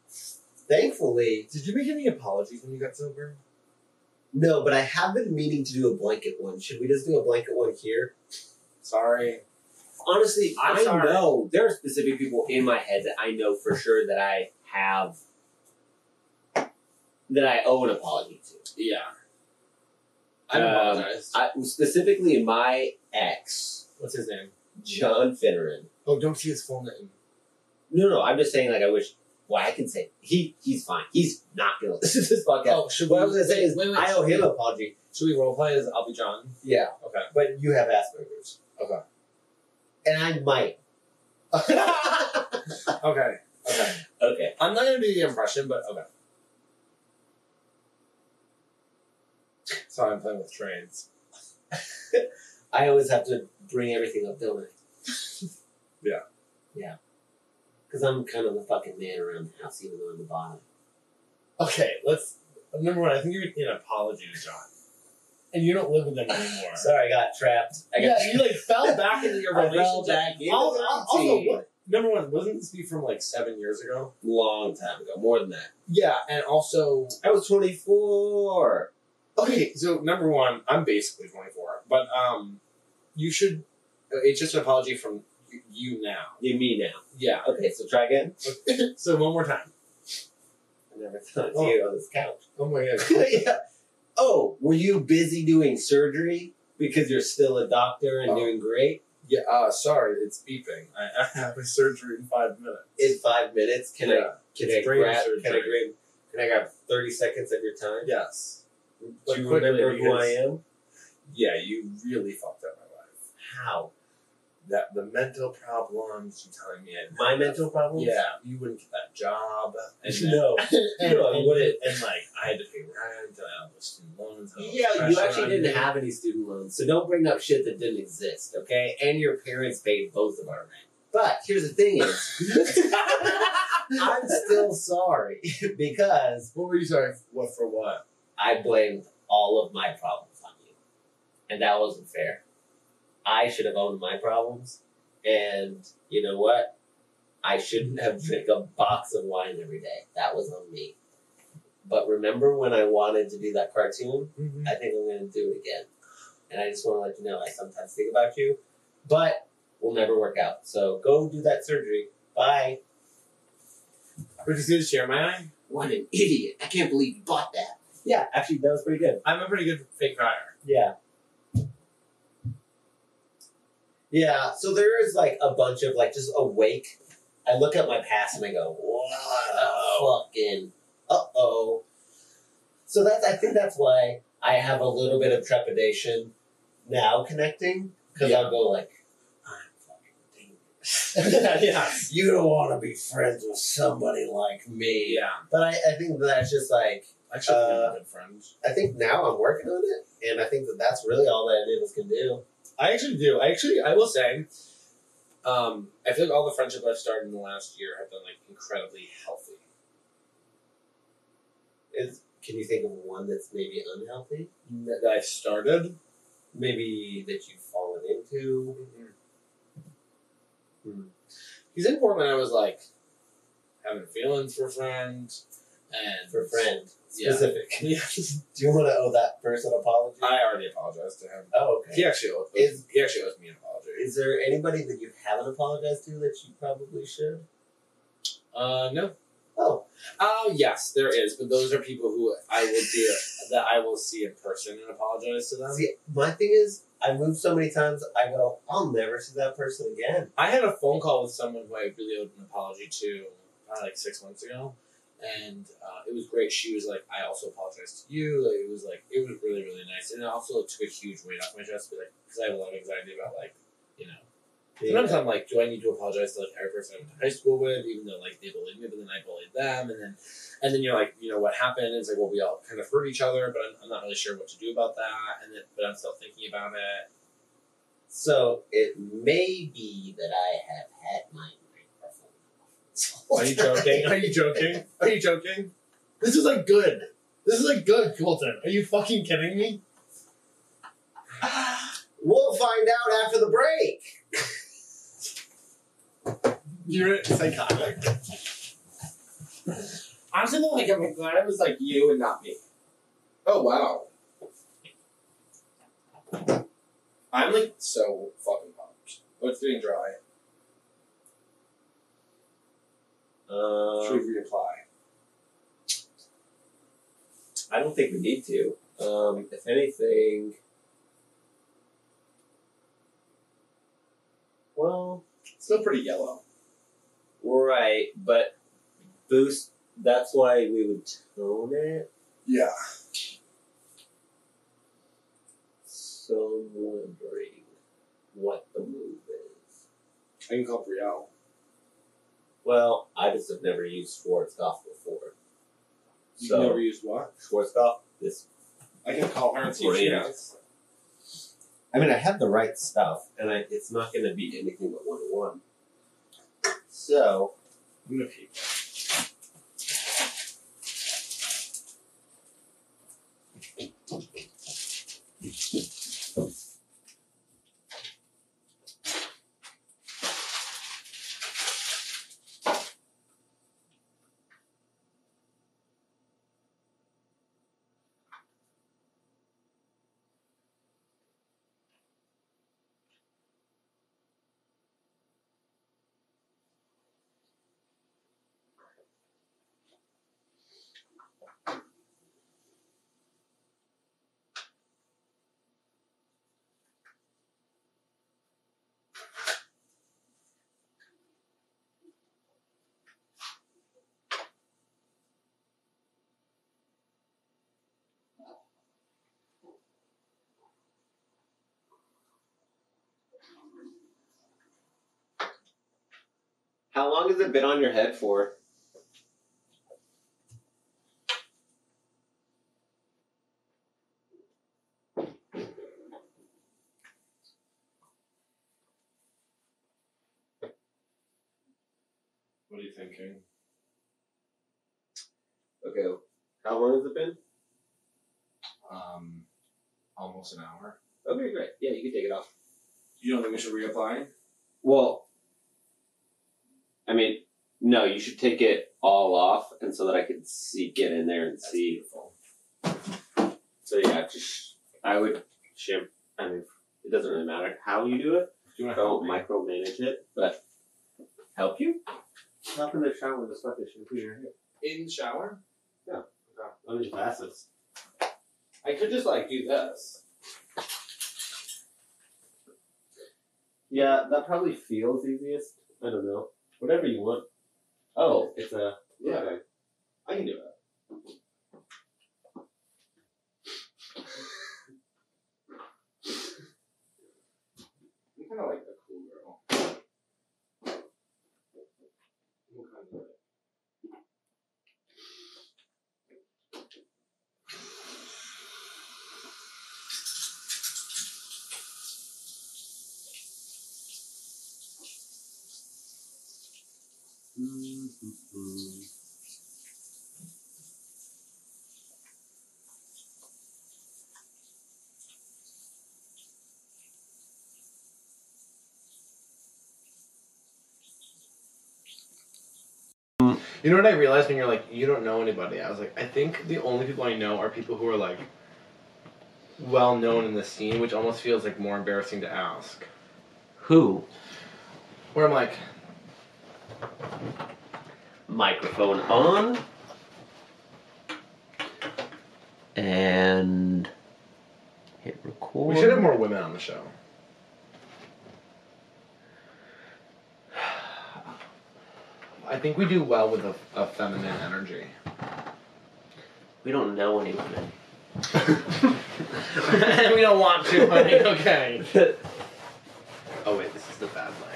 [SPEAKER 6] thankfully,
[SPEAKER 7] Did you make any apologies when you got sober?
[SPEAKER 6] no. But I have been meaning to do a blanket one. Should we just do a blanket one here?
[SPEAKER 7] Sorry.
[SPEAKER 6] Honestly,
[SPEAKER 4] I'm
[SPEAKER 6] I
[SPEAKER 4] sorry.
[SPEAKER 6] know
[SPEAKER 4] There are specific people in my head that I know for sure that I have that I owe an apology to.
[SPEAKER 8] Yeah. I
[SPEAKER 4] Um,
[SPEAKER 8] apologize.
[SPEAKER 4] I, specifically, my ex,
[SPEAKER 7] What's his name?
[SPEAKER 4] John Finneran.
[SPEAKER 7] Oh, don't see his full name.
[SPEAKER 4] No, no, I'm just saying. Like, I wish. Well, I can say he. He's fine. He's not gonna listen to this podcast.
[SPEAKER 7] Oh, should
[SPEAKER 6] What I
[SPEAKER 7] we?
[SPEAKER 6] was gonna say is,
[SPEAKER 7] wait, wait,
[SPEAKER 6] I owe him an apology.
[SPEAKER 7] Should we role play as I'll be John?
[SPEAKER 6] Yeah.
[SPEAKER 7] Okay.
[SPEAKER 6] But you have Asperger's.
[SPEAKER 7] Okay.
[SPEAKER 6] And I might.
[SPEAKER 7] Okay. Okay.
[SPEAKER 4] Okay.
[SPEAKER 7] I'm not gonna do the impression, but okay. Sorry, I'm playing with trains.
[SPEAKER 6] I always have to bring everything up, don't I?
[SPEAKER 7] Yeah.
[SPEAKER 6] Yeah. Because I'm kind of the fucking man around the house, even though I'm the bottom.
[SPEAKER 7] Okay, let's. Number one, I think you're gonna need an apology to John, and you don't live with him anymore.
[SPEAKER 6] Sorry, I got trapped. I got
[SPEAKER 7] yeah, you like fell back into your
[SPEAKER 6] I fell
[SPEAKER 7] relationship.
[SPEAKER 6] back in.
[SPEAKER 7] Also, also, what, number one, wasn't this be from like seven years ago?
[SPEAKER 4] Long time ago, more than that.
[SPEAKER 7] Yeah, and also,
[SPEAKER 4] I was 24.
[SPEAKER 7] okay. So number one, I'm basically 24, but um, you should. uh, It's just an apology from y- you now.
[SPEAKER 4] You me now.
[SPEAKER 7] Yeah.
[SPEAKER 4] Okay, so try again.
[SPEAKER 7] So one more time.
[SPEAKER 6] I never thought
[SPEAKER 7] Oh.
[SPEAKER 6] of you on this couch.
[SPEAKER 7] Oh my god.
[SPEAKER 6] yeah. Oh, were you busy doing surgery because you're still a doctor and
[SPEAKER 7] Oh.
[SPEAKER 6] doing great?
[SPEAKER 7] Yeah. Uh, sorry, it's beeping. I, I have a surgery in five minutes.
[SPEAKER 6] In five minutes, can I
[SPEAKER 7] yeah.
[SPEAKER 6] can
[SPEAKER 7] It's
[SPEAKER 6] I
[SPEAKER 7] brain
[SPEAKER 6] grab can I
[SPEAKER 7] surgery.
[SPEAKER 6] grab can I grab thirty seconds of your time?
[SPEAKER 7] Yes.
[SPEAKER 6] Do you remember who I am?
[SPEAKER 7] Yeah, you really fucked up my life.
[SPEAKER 6] How?
[SPEAKER 7] That the mental problems you telling me. I-
[SPEAKER 6] My mental problems?
[SPEAKER 7] Yeah, you wouldn't get that job. And then-
[SPEAKER 6] No.
[SPEAKER 7] and,
[SPEAKER 6] No, I
[SPEAKER 7] and-
[SPEAKER 6] wouldn't.
[SPEAKER 7] and, like I had to pay rent. I had all the student loans. I had all the
[SPEAKER 6] Yeah, you
[SPEAKER 7] pressure
[SPEAKER 6] actually
[SPEAKER 7] on
[SPEAKER 6] didn't
[SPEAKER 7] me.
[SPEAKER 6] have any student loans, so don't bring up shit that didn't exist, okay? And your parents paid both of our rent. But here's the thing is I'm still sorry because
[SPEAKER 7] What were you sorry for? What for? What?
[SPEAKER 6] I blamed all of my problems on you. And that wasn't fair. I should have owned my problems. And you know what? I shouldn't have drank a box of wine every day. That was on me. But remember when I wanted to do that cartoon?
[SPEAKER 7] Mm-hmm.
[SPEAKER 6] I think I'm going to do it again. And I just want to let you know I sometimes think about you, but we'll never work out. So go do that surgery. Bye.
[SPEAKER 7] We're just gonna share my eye.
[SPEAKER 4] What an idiot! I can't believe you bought that.
[SPEAKER 6] Yeah, actually, that was pretty good.
[SPEAKER 7] I'm a pretty good fake crier.
[SPEAKER 6] Yeah. Yeah, so there is like a bunch of like just awake. I look at my past and I go, wow, fucking, uh oh. So that's, I think that's why I have a little bit of trepidation now connecting because I'll go like, I'm fucking dangerous. You don't want to be friends with somebody like me.
[SPEAKER 7] Yeah.
[SPEAKER 6] But I, I think that's just like,
[SPEAKER 7] Actually,
[SPEAKER 6] Uh,
[SPEAKER 7] I'm a good friend.
[SPEAKER 6] I think now I'm working on it, and I think that that's really all that it is can do.
[SPEAKER 7] I actually do. I actually, I will say, um, I feel like all the friendships I've started in the last year have been like incredibly healthy.
[SPEAKER 6] Is can you think of one that's maybe unhealthy,
[SPEAKER 7] That I've started.
[SPEAKER 6] maybe that you've fallen into?
[SPEAKER 7] Hmm. He's in Portland. I was like having feelings for a friend and
[SPEAKER 6] For friend
[SPEAKER 7] Yeah.
[SPEAKER 6] specific,
[SPEAKER 7] Yeah.
[SPEAKER 6] do you want to owe that person an apology?
[SPEAKER 7] I already apologized to him.
[SPEAKER 6] oh, okay.
[SPEAKER 7] He actually owes,
[SPEAKER 6] Is-
[SPEAKER 7] he actually owes me an apology.
[SPEAKER 6] Is there anybody that you haven't apologized to that you probably should?
[SPEAKER 7] Uh, no.
[SPEAKER 6] Oh,
[SPEAKER 7] Oh yes, there is, but those are people who I will do that. I will see in person and apologize to them.
[SPEAKER 6] see, my thing is, I moved so many times. I go, I'll never see that person again.
[SPEAKER 7] I had a phone call with someone who I really owed an apology to probably like six months ago, and uh, it was great. She was like, "I also apologize to you." Like, it was like it was really really nice, and it also took a huge weight off my chest. But like, because I have a lot of anxiety about like, you know, sometimes I'm like, do I need to apologize to like every person I went to high school with, even though like they bullied me, but then I bullied them, and then and then you're like, you know, what happened? It's like, well, we all kind of hurt each other, but I'm, I'm not really sure what to do about that, and then but I'm still thinking about it.
[SPEAKER 9] So it may be that I have had my microphone.
[SPEAKER 7] Are you joking? Are you joking? Are you joking?
[SPEAKER 3] This is like good. This is like good, Colton. Are you fucking kidding me?
[SPEAKER 9] We'll find out after the break.
[SPEAKER 3] You're psychotic.
[SPEAKER 7] Honestly, though, like I'm glad it was like you and not me. Oh wow. I'm like so fucking pumped. Oh, it's getting dry. Should
[SPEAKER 6] Um,
[SPEAKER 7] we reapply?
[SPEAKER 6] I don't think we need to. Um, if anything, well,
[SPEAKER 7] Still pretty yellow.
[SPEAKER 6] right, but boost. That's why we would tone it
[SPEAKER 7] Yeah.
[SPEAKER 6] So I'm wondering what the move is.
[SPEAKER 7] I can call Brielle.
[SPEAKER 6] Well, I just have never used Schwarzkopf before.
[SPEAKER 7] You
[SPEAKER 6] So-
[SPEAKER 7] can never use what?
[SPEAKER 6] Schwarzkopf, this.
[SPEAKER 7] I can call her and see if she
[SPEAKER 6] Brielle.
[SPEAKER 7] knows.
[SPEAKER 6] I mean, I have the right stuff, and I, it's not going to be anything but one to one. So
[SPEAKER 7] I'm gonna pee.
[SPEAKER 6] How long has it been on your head for?
[SPEAKER 7] What are you thinking?
[SPEAKER 6] Okay. How long has it been?
[SPEAKER 7] Um, almost an hour.
[SPEAKER 6] Okay, great. Yeah, you can take it off.
[SPEAKER 7] You don't think we should reapply?
[SPEAKER 6] Well, I mean, no, you should take it all off, and so that I could see, get in there and see. So yeah, just I would shim. I mean, it doesn't really matter how you do it.
[SPEAKER 7] Do you want to help
[SPEAKER 6] Don't
[SPEAKER 7] me?
[SPEAKER 6] micromanage it, but help you. Help in the shower with the stuff that should be in your hair.
[SPEAKER 7] In the shower?
[SPEAKER 6] Let me pass this.
[SPEAKER 7] I could just like do this.
[SPEAKER 6] Yeah, that probably feels easiest. I don't know. Whatever you want. Oh, it's a
[SPEAKER 7] Yeah.
[SPEAKER 6] okay.
[SPEAKER 7] I can do it. I'm kind of like a cool girl. I'm kinda like-
[SPEAKER 3] You know what I realized when you're like, you don't know anybody? I was like, I think the only people I know are people who are like well known in the scene, which almost feels like more embarrassing to ask.
[SPEAKER 6] Who?
[SPEAKER 3] Where I'm like,
[SPEAKER 6] microphone on. And hit record.
[SPEAKER 3] we should have more women on the show. I think we do well with a, a feminine energy.
[SPEAKER 6] We don't know any women.
[SPEAKER 3] we don't want to, honey. Okay. Oh wait, this is the bad mic.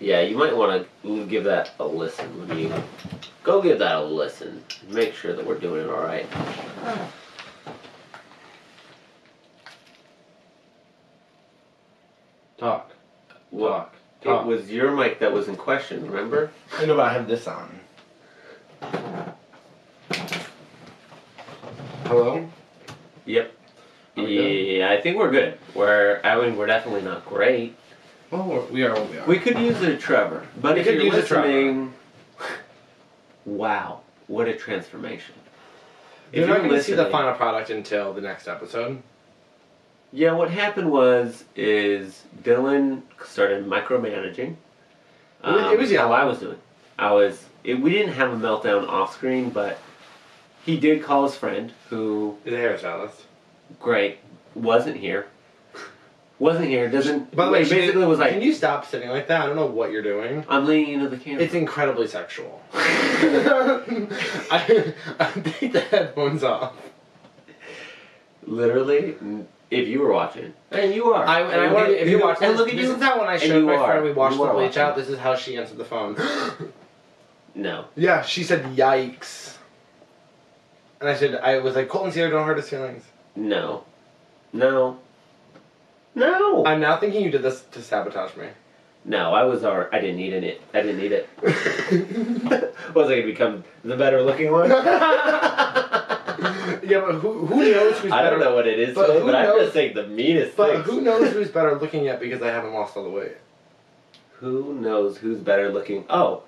[SPEAKER 6] Yeah, you might want to give that a listen when you go give that a listen. Make sure that we're doing it all right.
[SPEAKER 3] Talk.
[SPEAKER 6] Well,
[SPEAKER 3] Talk.
[SPEAKER 6] it was your mic that was in question, remember?
[SPEAKER 3] I know, but I have this on. Hello?
[SPEAKER 6] Yep.
[SPEAKER 3] Are we good?
[SPEAKER 6] Yeah, I think we're good. We're, I mean, we're definitely not great.
[SPEAKER 3] Well, we're, we are what we are.
[SPEAKER 6] We could use a Trevor, but
[SPEAKER 3] We
[SPEAKER 6] if
[SPEAKER 3] could
[SPEAKER 6] you're
[SPEAKER 3] use a Trevor.
[SPEAKER 6] listening, wow, what a transformation!
[SPEAKER 3] You're
[SPEAKER 6] if
[SPEAKER 3] not
[SPEAKER 6] you're
[SPEAKER 3] going to see the
[SPEAKER 6] listening-
[SPEAKER 3] final product until the next episode.
[SPEAKER 6] Yeah, what happened was is Dylan started
[SPEAKER 3] It
[SPEAKER 6] micromanaging.
[SPEAKER 3] was- it was
[SPEAKER 6] how
[SPEAKER 3] yellow.
[SPEAKER 6] I was doing. I was. It, we didn't have a meltdown off screen, but he did call his friend, who
[SPEAKER 3] The hairstylist.
[SPEAKER 6] great wasn't here, wasn't here. Doesn't.
[SPEAKER 3] By the way,
[SPEAKER 6] he basically
[SPEAKER 3] can,
[SPEAKER 6] was like,
[SPEAKER 3] can you stop sitting like that? I don't know what you're doing.
[SPEAKER 6] "I'm leaning into the camera."
[SPEAKER 3] It's incredibly sexual. I, I take the headphones off.
[SPEAKER 6] Literally, if you were watching, and you are,
[SPEAKER 3] I, and I
[SPEAKER 6] look
[SPEAKER 3] want
[SPEAKER 6] at-
[SPEAKER 3] to, if you watch
[SPEAKER 6] and
[SPEAKER 3] this,
[SPEAKER 6] look at
[SPEAKER 3] this
[SPEAKER 6] you.
[SPEAKER 3] is how when I
[SPEAKER 6] and
[SPEAKER 3] showed
[SPEAKER 6] you
[SPEAKER 3] my
[SPEAKER 6] are.
[SPEAKER 3] friend we washed
[SPEAKER 6] You
[SPEAKER 3] the
[SPEAKER 6] are
[SPEAKER 3] bleach
[SPEAKER 6] watching.
[SPEAKER 3] out, this is how she answered the phone.
[SPEAKER 6] No,
[SPEAKER 3] yeah, she said, yikes. And I said, I was like, Colton Sealer, don't hurt his feelings.
[SPEAKER 6] no, no, no.
[SPEAKER 3] I'm now thinking you did this to sabotage me.
[SPEAKER 6] No, I was alright. I didn't need it. I didn't need it. was I gonna become the better looking one? I
[SPEAKER 3] Yeah, but who, who knows who's better?
[SPEAKER 6] don't know what it is,
[SPEAKER 3] But
[SPEAKER 6] but,
[SPEAKER 3] who
[SPEAKER 6] I'm
[SPEAKER 3] knows-
[SPEAKER 6] just saying the meanest
[SPEAKER 3] But
[SPEAKER 6] things.
[SPEAKER 3] who knows who's better looking yet because I haven't lost all the weight.
[SPEAKER 6] Who knows who's better looking? Oh,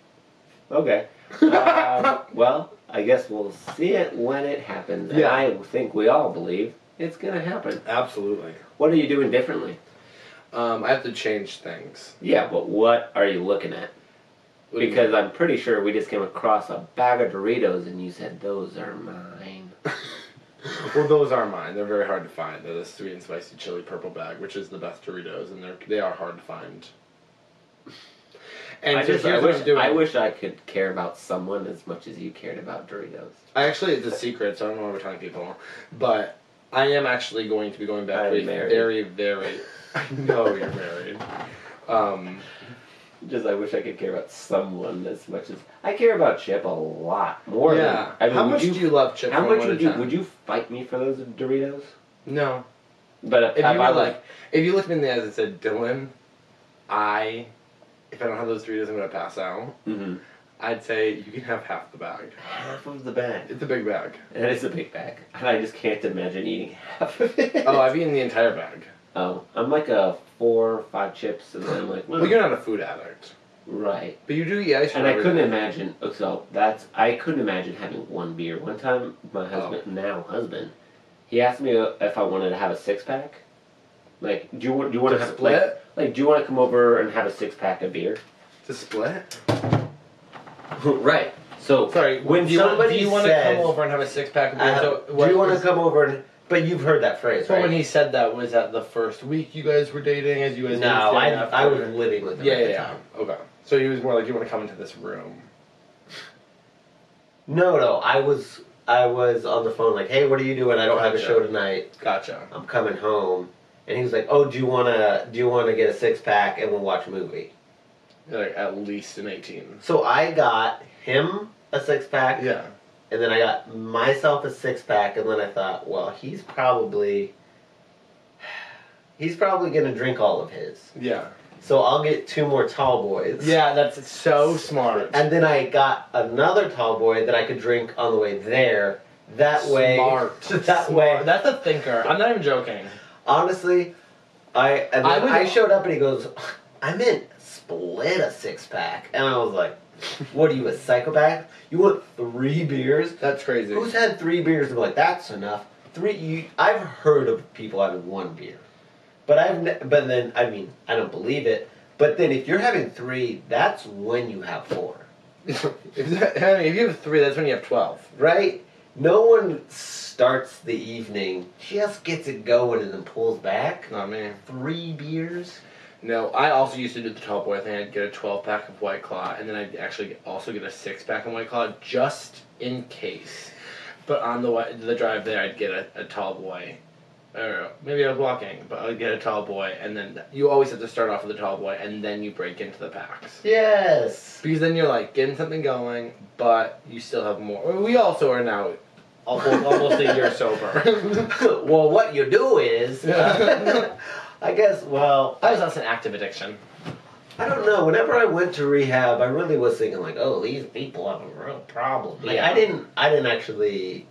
[SPEAKER 6] okay. Um, well, I guess we'll see it when it happens. And
[SPEAKER 3] Yeah.
[SPEAKER 6] I think we all believe it's gonna happen.
[SPEAKER 3] Absolutely.
[SPEAKER 6] What are you doing differently?
[SPEAKER 3] Um, I have to change things.
[SPEAKER 6] Yeah, but what are you looking at?
[SPEAKER 3] What do you
[SPEAKER 6] Because I'm pretty sure we just came across a bag of Doritos and you said those are mine.
[SPEAKER 3] Well, those are mine. They're very hard to find. They're the sweet and spicy chili purple bag, which is the best Doritos, and they're they are hard to find. And
[SPEAKER 6] I just
[SPEAKER 3] seriously, I wish,
[SPEAKER 6] wish,
[SPEAKER 3] doing,
[SPEAKER 6] I wish I could care about someone as much as you cared about Doritos.
[SPEAKER 3] I actually it's a secret, so I don't know why we're telling people, but I am actually going to be going back
[SPEAKER 6] I'm
[SPEAKER 3] to a
[SPEAKER 6] married.
[SPEAKER 3] very, very. I know you're married. Um,
[SPEAKER 6] Just I wish I could care about someone as much as I care about Chip a lot more.
[SPEAKER 3] yeah.
[SPEAKER 6] Than, I mean,
[SPEAKER 3] how
[SPEAKER 6] would
[SPEAKER 3] much
[SPEAKER 6] you,
[SPEAKER 3] do you love chips?
[SPEAKER 6] How much would you would you fight me for those Doritos?
[SPEAKER 3] No.
[SPEAKER 6] But if,
[SPEAKER 3] If you
[SPEAKER 6] I
[SPEAKER 3] were
[SPEAKER 6] was-
[SPEAKER 3] like, if you looked me in the eyes and said, Dylan, I, if I don't have those Doritos, I'm gonna pass out.
[SPEAKER 6] Mhm.
[SPEAKER 3] I'd say you can have half the bag.
[SPEAKER 6] half of the bag,
[SPEAKER 3] It's a big bag.
[SPEAKER 6] and it's a big bag, and I just can't imagine eating half of it.
[SPEAKER 3] Oh, I've eaten the entire bag.
[SPEAKER 6] Oh, I'm like a four, or five chips, and then I'm like, "Hmm,
[SPEAKER 3] Well, you're not a food addict,
[SPEAKER 6] right.
[SPEAKER 3] but you do eat ice cream.
[SPEAKER 6] And I
[SPEAKER 3] every
[SPEAKER 6] couldn't
[SPEAKER 3] day.
[SPEAKER 6] imagine. oh, So that's I couldn't imagine having one beer. One time,
[SPEAKER 3] Oh.
[SPEAKER 6] my husband, now husband, he asked me uh, if I wanted to have a six pack. Like, do you want? Do you want
[SPEAKER 3] To
[SPEAKER 6] to have,
[SPEAKER 3] split?
[SPEAKER 6] Like, like, do you want to come over and have a six pack of beer?
[SPEAKER 3] to split.
[SPEAKER 6] right. So
[SPEAKER 3] Sorry,
[SPEAKER 6] when
[SPEAKER 3] do you, want-
[SPEAKER 6] somebody
[SPEAKER 3] do you want to
[SPEAKER 6] says,
[SPEAKER 3] come over and have a six pack of beer?
[SPEAKER 6] uh,
[SPEAKER 3] so,
[SPEAKER 6] do you want to come over? and... But you've heard that phrase,
[SPEAKER 3] But when he said that, was that the first week you guys were dating? As you guys were
[SPEAKER 6] no, I,
[SPEAKER 3] staying up
[SPEAKER 6] I
[SPEAKER 3] for-
[SPEAKER 6] was living with him.
[SPEAKER 3] Yeah,
[SPEAKER 6] at
[SPEAKER 3] yeah,
[SPEAKER 6] the
[SPEAKER 3] yeah.
[SPEAKER 6] time.
[SPEAKER 3] Okay. So he was more like, you want to come into this room?
[SPEAKER 6] No, no, I was I was on the phone like, hey, what are you doing? I don't have a
[SPEAKER 3] Gotcha.
[SPEAKER 6] show tonight.
[SPEAKER 3] Gotcha.
[SPEAKER 6] I'm coming home, and he was like, "Oh, do you wanna do you wanna get a six pack and we'll watch a movie?"
[SPEAKER 3] You're like at least an eighteen.
[SPEAKER 6] So I got him a six pack,
[SPEAKER 3] Yeah.
[SPEAKER 6] and then I got myself a six pack, and then I thought, well, he's probably he's probably gonna drink all of his,
[SPEAKER 3] Yeah.
[SPEAKER 6] so I'll get two more tall boys.
[SPEAKER 3] Yeah, that's so smart.
[SPEAKER 6] and then I got another tall boy that I could drink on the way there. That way,
[SPEAKER 3] Smart.
[SPEAKER 6] that
[SPEAKER 3] Smart.
[SPEAKER 6] way,
[SPEAKER 3] That's a thinker. I'm not even joking.
[SPEAKER 6] Honestly, I and
[SPEAKER 3] I
[SPEAKER 6] then
[SPEAKER 3] would-
[SPEAKER 6] I showed up and he goes, I meant split a six pack, and I was like, What are you a psychopath? You want three beers?
[SPEAKER 3] That's crazy.
[SPEAKER 6] Who's had three beers and be like that's enough? Three. You, I've heard of people having one beer, but I've ne- but then I mean I don't believe it. But then if you're having three, that's when you have four,
[SPEAKER 3] if, that, I mean, if you have three, that's when you have twelve.
[SPEAKER 6] right? No one starts the evening, just gets it going and then pulls back.
[SPEAKER 3] Not me.
[SPEAKER 6] Three beers.
[SPEAKER 3] No, I also used to do the tall boy thing. I'd get a twelve pack of White Claw, and then I'd actually get, also get a six pack of White Claw just in case. But on the way, the drive there, I'd get a, a tall boy, or maybe I was walking, but I'd get a tall boy, and then you always have to start off with a tall boy, and then you break into the packs.
[SPEAKER 6] Yes.
[SPEAKER 3] Because then you're like getting something going, but you still have more. We also are now almost, almost a year sober.
[SPEAKER 6] well, what you do is, I guess. Well, I
[SPEAKER 3] Why is that an active addiction?
[SPEAKER 6] I don't know. Whenever I went to rehab, I really was thinking like, oh, these people have a real problem. Like
[SPEAKER 3] Yeah.
[SPEAKER 6] I didn't, I didn't actually.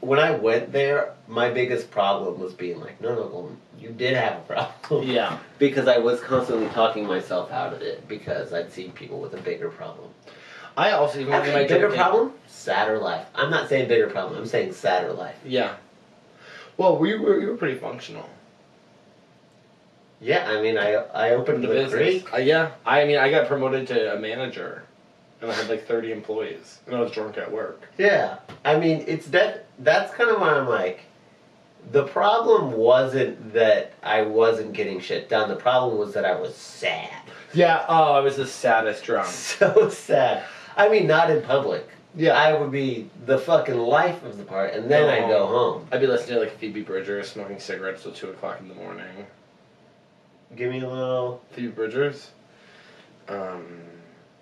[SPEAKER 6] When I went there, my biggest problem was being like, no, no, no you did have a problem.
[SPEAKER 3] Yeah.
[SPEAKER 6] because I was constantly talking myself out of it because I'd seen people with a bigger problem.
[SPEAKER 3] I also even
[SPEAKER 6] Actually,
[SPEAKER 3] my
[SPEAKER 6] bigger
[SPEAKER 3] drinking-
[SPEAKER 6] problem, sadder life. I'm not saying bigger problem. I'm saying sadder life.
[SPEAKER 3] Yeah. Well, we were you were pretty functional.
[SPEAKER 6] Yeah, I mean, I I
[SPEAKER 3] in
[SPEAKER 6] opened
[SPEAKER 3] The
[SPEAKER 6] the,
[SPEAKER 3] business.
[SPEAKER 6] creek.
[SPEAKER 3] Uh, yeah. I mean, I got promoted to a manager, and I had like thirty employees, and I was drunk at work.
[SPEAKER 6] Yeah, I mean, it's that. That's kind of why I'm like, the problem wasn't that I wasn't getting shit done. The problem was that I was sad,
[SPEAKER 3] Yeah. Oh, I was the saddest drunk.
[SPEAKER 6] so sad. I mean, not in public.
[SPEAKER 3] Yeah.
[SPEAKER 6] I would be the fucking life of the part, and then I'd go home.
[SPEAKER 3] I'd be listening to like Phoebe Bridgers smoking cigarettes till two o'clock in the morning.
[SPEAKER 6] Give me a little.
[SPEAKER 3] Phoebe Bridgers. Um,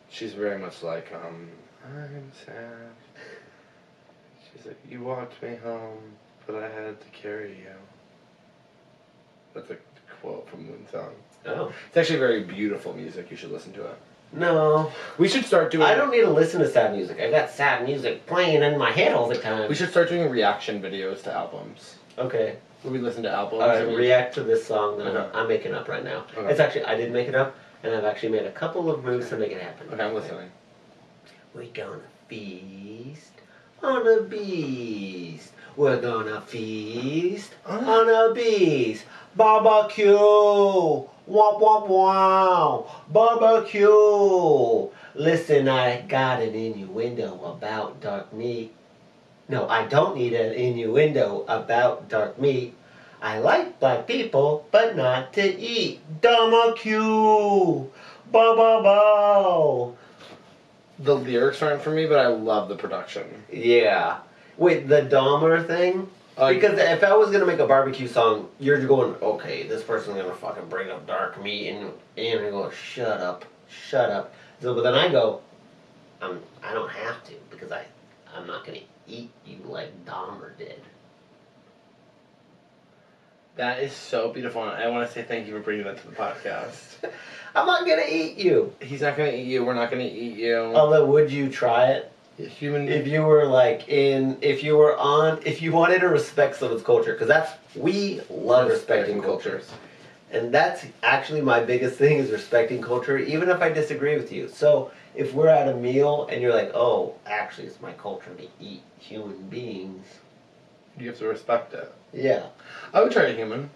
[SPEAKER 3] she's very much like um, I'm sad. She's like, you walked me home, but I had to carry you. That's a quote from Moon Song.
[SPEAKER 6] Oh
[SPEAKER 3] It's actually very beautiful music. You should listen to it.
[SPEAKER 6] no!
[SPEAKER 3] We should start doing.
[SPEAKER 6] I don't need to listen to sad music. I got sad music playing in my head all the time.
[SPEAKER 3] We should start doing reaction videos to albums.
[SPEAKER 6] Okay.
[SPEAKER 3] Where we listen to albums.
[SPEAKER 6] All right,
[SPEAKER 3] and we-
[SPEAKER 6] react to this song that
[SPEAKER 3] Okay.
[SPEAKER 6] I'm, I'm making up right now.
[SPEAKER 3] Okay.
[SPEAKER 6] It's actually I did make it up, and I've actually made a couple of moves to make it happen.
[SPEAKER 3] okay, I'm listening.
[SPEAKER 6] We're gonna feast on a beast. We're gonna feast on a beast. Barbecue. Wow, wow, wow. Barbecue. Listen, I got an innuendo about dark meat. No, I don't need an innuendo about dark meat. I like black people, but not to eat. Barbecue. Ba ba ba.
[SPEAKER 3] The lyrics aren't for me, but I love the production.
[SPEAKER 6] Yeah. Wait, the Dahmer thing?
[SPEAKER 3] Uh,
[SPEAKER 6] because if I was gonna make a barbecue song, you're going, okay, this person's gonna fucking bring up dark meat, and and you go, shut up, shut up. So, but then I go, I'm, I don't have to because I, I'm not gonna eat you like Dahmer did.
[SPEAKER 3] That is so beautiful, and I want to say thank you for bringing that to the podcast.
[SPEAKER 6] I'm not gonna eat you.
[SPEAKER 3] He's not gonna eat you. We're not gonna eat you.
[SPEAKER 6] Although, would you try it?
[SPEAKER 3] Human.
[SPEAKER 6] If you were like in, if you were on, if you wanted to respect someone's culture, because that's we love respecting cultures. And that's actually my biggest thing is respecting culture, even if I disagree with you. So if we're at a meal and you're like, oh, actually, it's my culture to eat human beings.
[SPEAKER 3] You have to respect it.
[SPEAKER 6] Yeah.
[SPEAKER 3] I would try a human.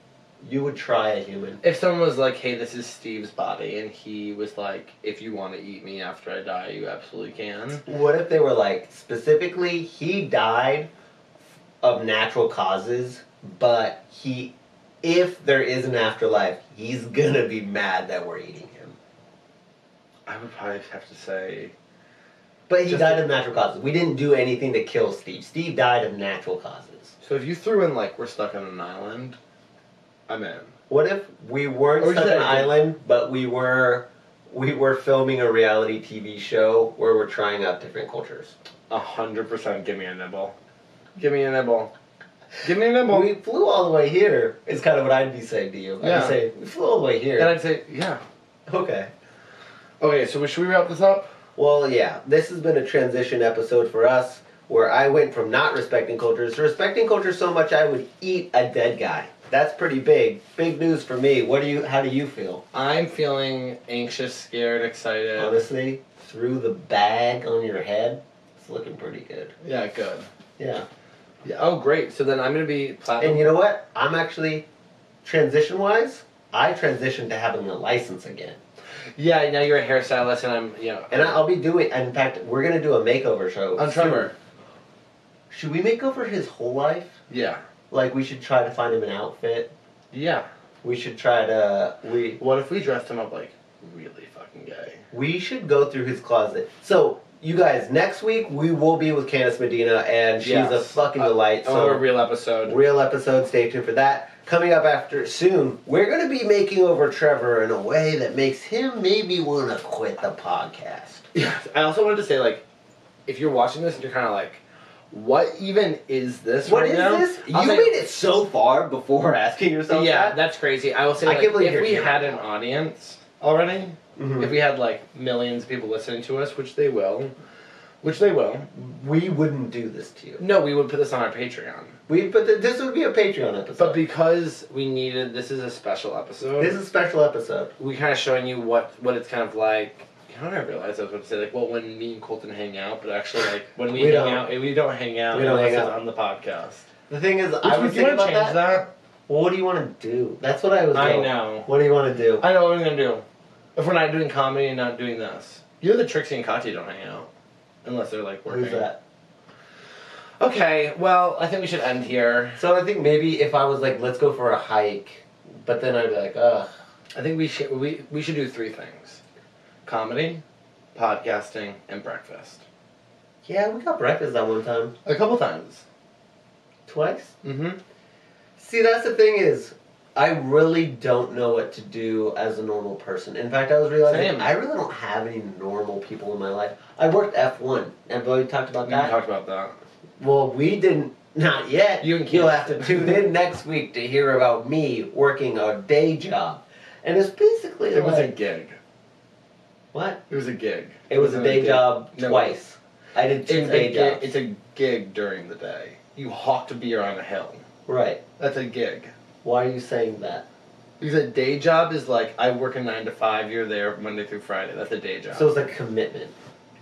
[SPEAKER 6] You would try a human.
[SPEAKER 3] If someone was like, "Hey, this is Steve's body," and he was like, "If you want to eat me after I die, you absolutely can."
[SPEAKER 6] What if they were like, specifically, he died of natural causes, but he, if there is an afterlife, he's gonna be mad that we're eating him.
[SPEAKER 3] I would probably have to say,
[SPEAKER 6] But he
[SPEAKER 3] Just-
[SPEAKER 6] died of natural causes. We didn't do anything to kill Steve. Steve died of natural causes.
[SPEAKER 3] so if you threw in like, "We're stuck on an island," I'm in.
[SPEAKER 6] What if we weren't
[SPEAKER 3] Or is
[SPEAKER 6] stuck on
[SPEAKER 3] that
[SPEAKER 6] an
[SPEAKER 3] a-
[SPEAKER 6] island, but we were we were filming a reality TV show where we're trying out different cultures?
[SPEAKER 3] A hundred percent. Give me a nibble. Give me a nibble. Give me a nibble.
[SPEAKER 6] we flew all the way here. Is kind of what I'd be saying to you. I'd
[SPEAKER 3] Yeah.
[SPEAKER 6] be saying we flew all the way
[SPEAKER 3] and
[SPEAKER 6] here.
[SPEAKER 3] I'd say, "Yeah."
[SPEAKER 6] Okay.
[SPEAKER 3] Okay, so should we wrap this up?
[SPEAKER 6] Well, yeah. This has been a transition episode for us, where I went from not respecting cultures to respecting culture so much I would eat a dead guy. That's pretty big. Big news for me. What do you? How do you feel?
[SPEAKER 3] I'm feeling anxious, scared, excited.
[SPEAKER 6] Honestly, through the bag on your head, it's looking pretty good.
[SPEAKER 3] Yeah, good.
[SPEAKER 6] Yeah.
[SPEAKER 3] Yeah. Oh, great. So then I'm gonna be platinum.
[SPEAKER 6] And you know what? I'm actually transition wise, I transitioned to having a license again.
[SPEAKER 3] yeah. Now you're a hairstylist, and I'm you know.
[SPEAKER 6] And I- I'll be doing in fact, we're gonna do a makeover show.
[SPEAKER 3] I'm Trevor.
[SPEAKER 6] soon. Should we make over his whole life?
[SPEAKER 3] Yeah.
[SPEAKER 6] Like we should try to find him an outfit.
[SPEAKER 3] Yeah.
[SPEAKER 6] We should try to we
[SPEAKER 3] What if we dressed him up like really fucking gay?
[SPEAKER 6] we should go through his closet. So you guys, next week we will be with Candace Medina and she's a
[SPEAKER 3] Yes.
[SPEAKER 6] fucking
[SPEAKER 3] Uh,
[SPEAKER 6] delight.
[SPEAKER 3] Oh,
[SPEAKER 6] so
[SPEAKER 3] a real episode.
[SPEAKER 6] real episode. Stay tuned for that. Coming up after soon, we're going to be making over Trevor in a way that makes him maybe want to quit the podcast.
[SPEAKER 3] I also wanted to say like, if you're watching this and you're kind of like, what even is this
[SPEAKER 6] What
[SPEAKER 3] right
[SPEAKER 6] is
[SPEAKER 3] now?
[SPEAKER 6] this? You
[SPEAKER 3] I was like,
[SPEAKER 6] made it so far before asking yourself
[SPEAKER 3] yeah,
[SPEAKER 6] that.
[SPEAKER 3] that's crazy. I will say,
[SPEAKER 6] I
[SPEAKER 3] like,
[SPEAKER 6] can't believe
[SPEAKER 3] if
[SPEAKER 6] you're
[SPEAKER 3] we
[SPEAKER 6] here.
[SPEAKER 3] had an audience already,
[SPEAKER 6] Mhm.
[SPEAKER 3] if we had like millions of people listening to us, which they will, which they will,
[SPEAKER 6] We wouldn't do this to you.
[SPEAKER 3] no, we would put this on our Patreon.
[SPEAKER 6] We but th- this would be a Patreon episode.
[SPEAKER 3] But because we needed, this is a special episode.
[SPEAKER 6] this is a special episode.
[SPEAKER 3] we kind of showing you what what it's kind of like. I don't realize I was going to say like, well, when me and Colton hang out, but actually, like, when we,
[SPEAKER 6] We
[SPEAKER 3] hang
[SPEAKER 6] don't.
[SPEAKER 3] out, we don't hang out.
[SPEAKER 6] We don't
[SPEAKER 3] unless
[SPEAKER 6] hang
[SPEAKER 3] it's
[SPEAKER 6] out.
[SPEAKER 3] on the podcast.
[SPEAKER 6] The thing is,
[SPEAKER 3] Which
[SPEAKER 6] I was
[SPEAKER 3] would you
[SPEAKER 6] thinking
[SPEAKER 3] want to
[SPEAKER 6] about
[SPEAKER 3] change
[SPEAKER 6] that.
[SPEAKER 3] that?
[SPEAKER 6] Well, What do you want to do? That's what I was.
[SPEAKER 3] I
[SPEAKER 6] going-
[SPEAKER 3] know.
[SPEAKER 6] What do you want to do?
[SPEAKER 3] I know what we're gonna do. If we're not doing comedy and not doing this, you know that Trixie and Katya don't hang out unless they're like working.
[SPEAKER 6] Who's that?
[SPEAKER 3] Okay, well, I think we should end here.
[SPEAKER 6] So I think maybe if I was like, let's go for a hike, but then I'd be like, ugh.
[SPEAKER 3] I think we should we we should do three things: comedy, podcasting, and breakfast.
[SPEAKER 6] Yeah, we got breakfast that one time.
[SPEAKER 3] A couple times.
[SPEAKER 6] Twice?
[SPEAKER 3] Mm-hmm.
[SPEAKER 6] See, that's the thing is, I really don't know what to do as a normal person. In fact, I was realizing
[SPEAKER 3] Same.
[SPEAKER 6] I really don't have any normal people in my life. I worked F1, and we talked about
[SPEAKER 3] We
[SPEAKER 6] that.
[SPEAKER 3] talked about that.
[SPEAKER 6] well, we didn't, not yet.
[SPEAKER 3] You and
[SPEAKER 6] You'll
[SPEAKER 3] Keith.
[SPEAKER 6] have to tune in next week to hear about me working a day job. And it's basically
[SPEAKER 3] It was a
[SPEAKER 6] like,
[SPEAKER 3] gig.
[SPEAKER 6] what?
[SPEAKER 3] It was a gig.
[SPEAKER 6] It was a
[SPEAKER 3] wasn't
[SPEAKER 6] day job
[SPEAKER 3] No.
[SPEAKER 6] twice. I did two
[SPEAKER 3] It's a,
[SPEAKER 6] day
[SPEAKER 3] gig,
[SPEAKER 6] jobs.
[SPEAKER 3] it's a gig during the day. You hawked a beer on a hill.
[SPEAKER 6] right.
[SPEAKER 3] That's a gig.
[SPEAKER 6] Why are you saying that?
[SPEAKER 3] Because a day job is like I work a nine to five. You're there Monday through Friday. That's a day job.
[SPEAKER 6] So it's a commitment.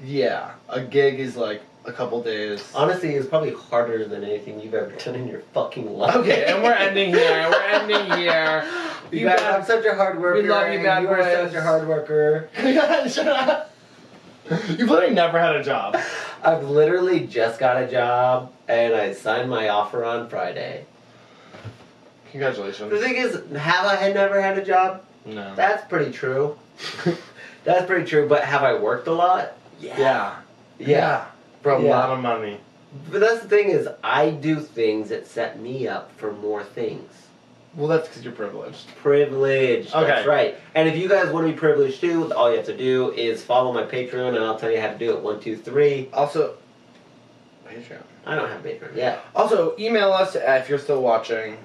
[SPEAKER 3] yeah, a gig is like a couple days.
[SPEAKER 6] Honestly, it's probably harder than anything you've ever done in your fucking life.
[SPEAKER 3] Okay, and we're ending here. We're ending here.
[SPEAKER 6] You,
[SPEAKER 3] You
[SPEAKER 6] guys,
[SPEAKER 3] bad-
[SPEAKER 6] I'm such a hard worker.
[SPEAKER 3] love you,
[SPEAKER 6] and
[SPEAKER 3] bad
[SPEAKER 6] You are
[SPEAKER 3] boys.
[SPEAKER 6] such a hard worker.
[SPEAKER 3] Shut up. You've literally never had a job.
[SPEAKER 6] I've literally just got a job, and I signed my offer on Friday. The
[SPEAKER 3] Congratulations.
[SPEAKER 6] thing is, have I had never had a job?
[SPEAKER 3] No.
[SPEAKER 6] That's pretty true. That's pretty true. But have I worked a lot?
[SPEAKER 3] yeah.
[SPEAKER 6] Yeah.
[SPEAKER 3] For a
[SPEAKER 6] Yeah.
[SPEAKER 3] lot of money.
[SPEAKER 6] But that's the thing is, I do things that set me up for more things.
[SPEAKER 3] Well, that's because you're privileged.
[SPEAKER 6] Privileged. That's
[SPEAKER 3] Okay.
[SPEAKER 6] right. And if you guys want to be privileged too, all you have to do is follow my Patreon, and I'll tell you how to do it. One, two, three.
[SPEAKER 3] Also, Patreon.
[SPEAKER 6] I don't have Patreon yet.
[SPEAKER 3] Also, email us uh, if you're still watching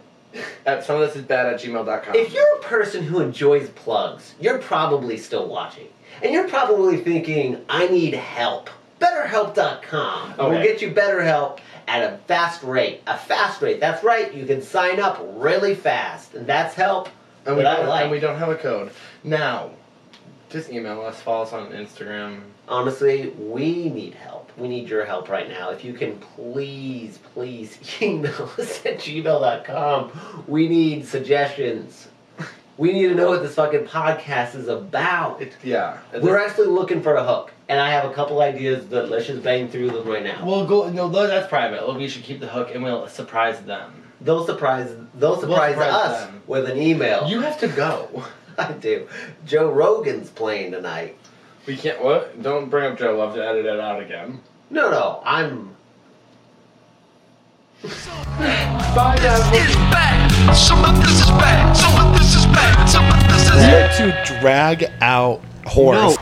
[SPEAKER 3] at some of this is bad at gmail.com.
[SPEAKER 6] If you're a person who enjoys plugs, you're probably still watching, and you're probably thinking, "I need help." BetterHelp.com. We'll
[SPEAKER 3] Okay.
[SPEAKER 6] get you better help at a fast rate. A fast rate. That's right. You can sign up really fast, and that's help.
[SPEAKER 3] and we,
[SPEAKER 6] that I
[SPEAKER 3] don't,
[SPEAKER 6] like.
[SPEAKER 3] and we don't have a code. Now, just email us, follow us on Instagram.
[SPEAKER 6] honestly, we need help. We need your help right now. If you can please, please email us at gmail.com. We need suggestions. We need to know what this fucking podcast is about.
[SPEAKER 3] It, yeah.
[SPEAKER 6] We're actually looking for a hook, and I have a couple ideas that let's just bang through them right now.
[SPEAKER 3] We'll go. No, tho- that's private. We should keep the hook, and we'll surprise them.
[SPEAKER 6] They'll surprise, they'll surprise,
[SPEAKER 3] surprise
[SPEAKER 6] us
[SPEAKER 3] them.
[SPEAKER 6] with an email.
[SPEAKER 3] You have to go.
[SPEAKER 6] I do. Joe Rogan's playing tonight.
[SPEAKER 3] We can't. What? Don't bring up Joe. We'll have to edit it out again.
[SPEAKER 6] No, no, I'm
[SPEAKER 1] is bad. Some of this is bad. Some of this is bad. Some of this is
[SPEAKER 10] You're to drag out horse.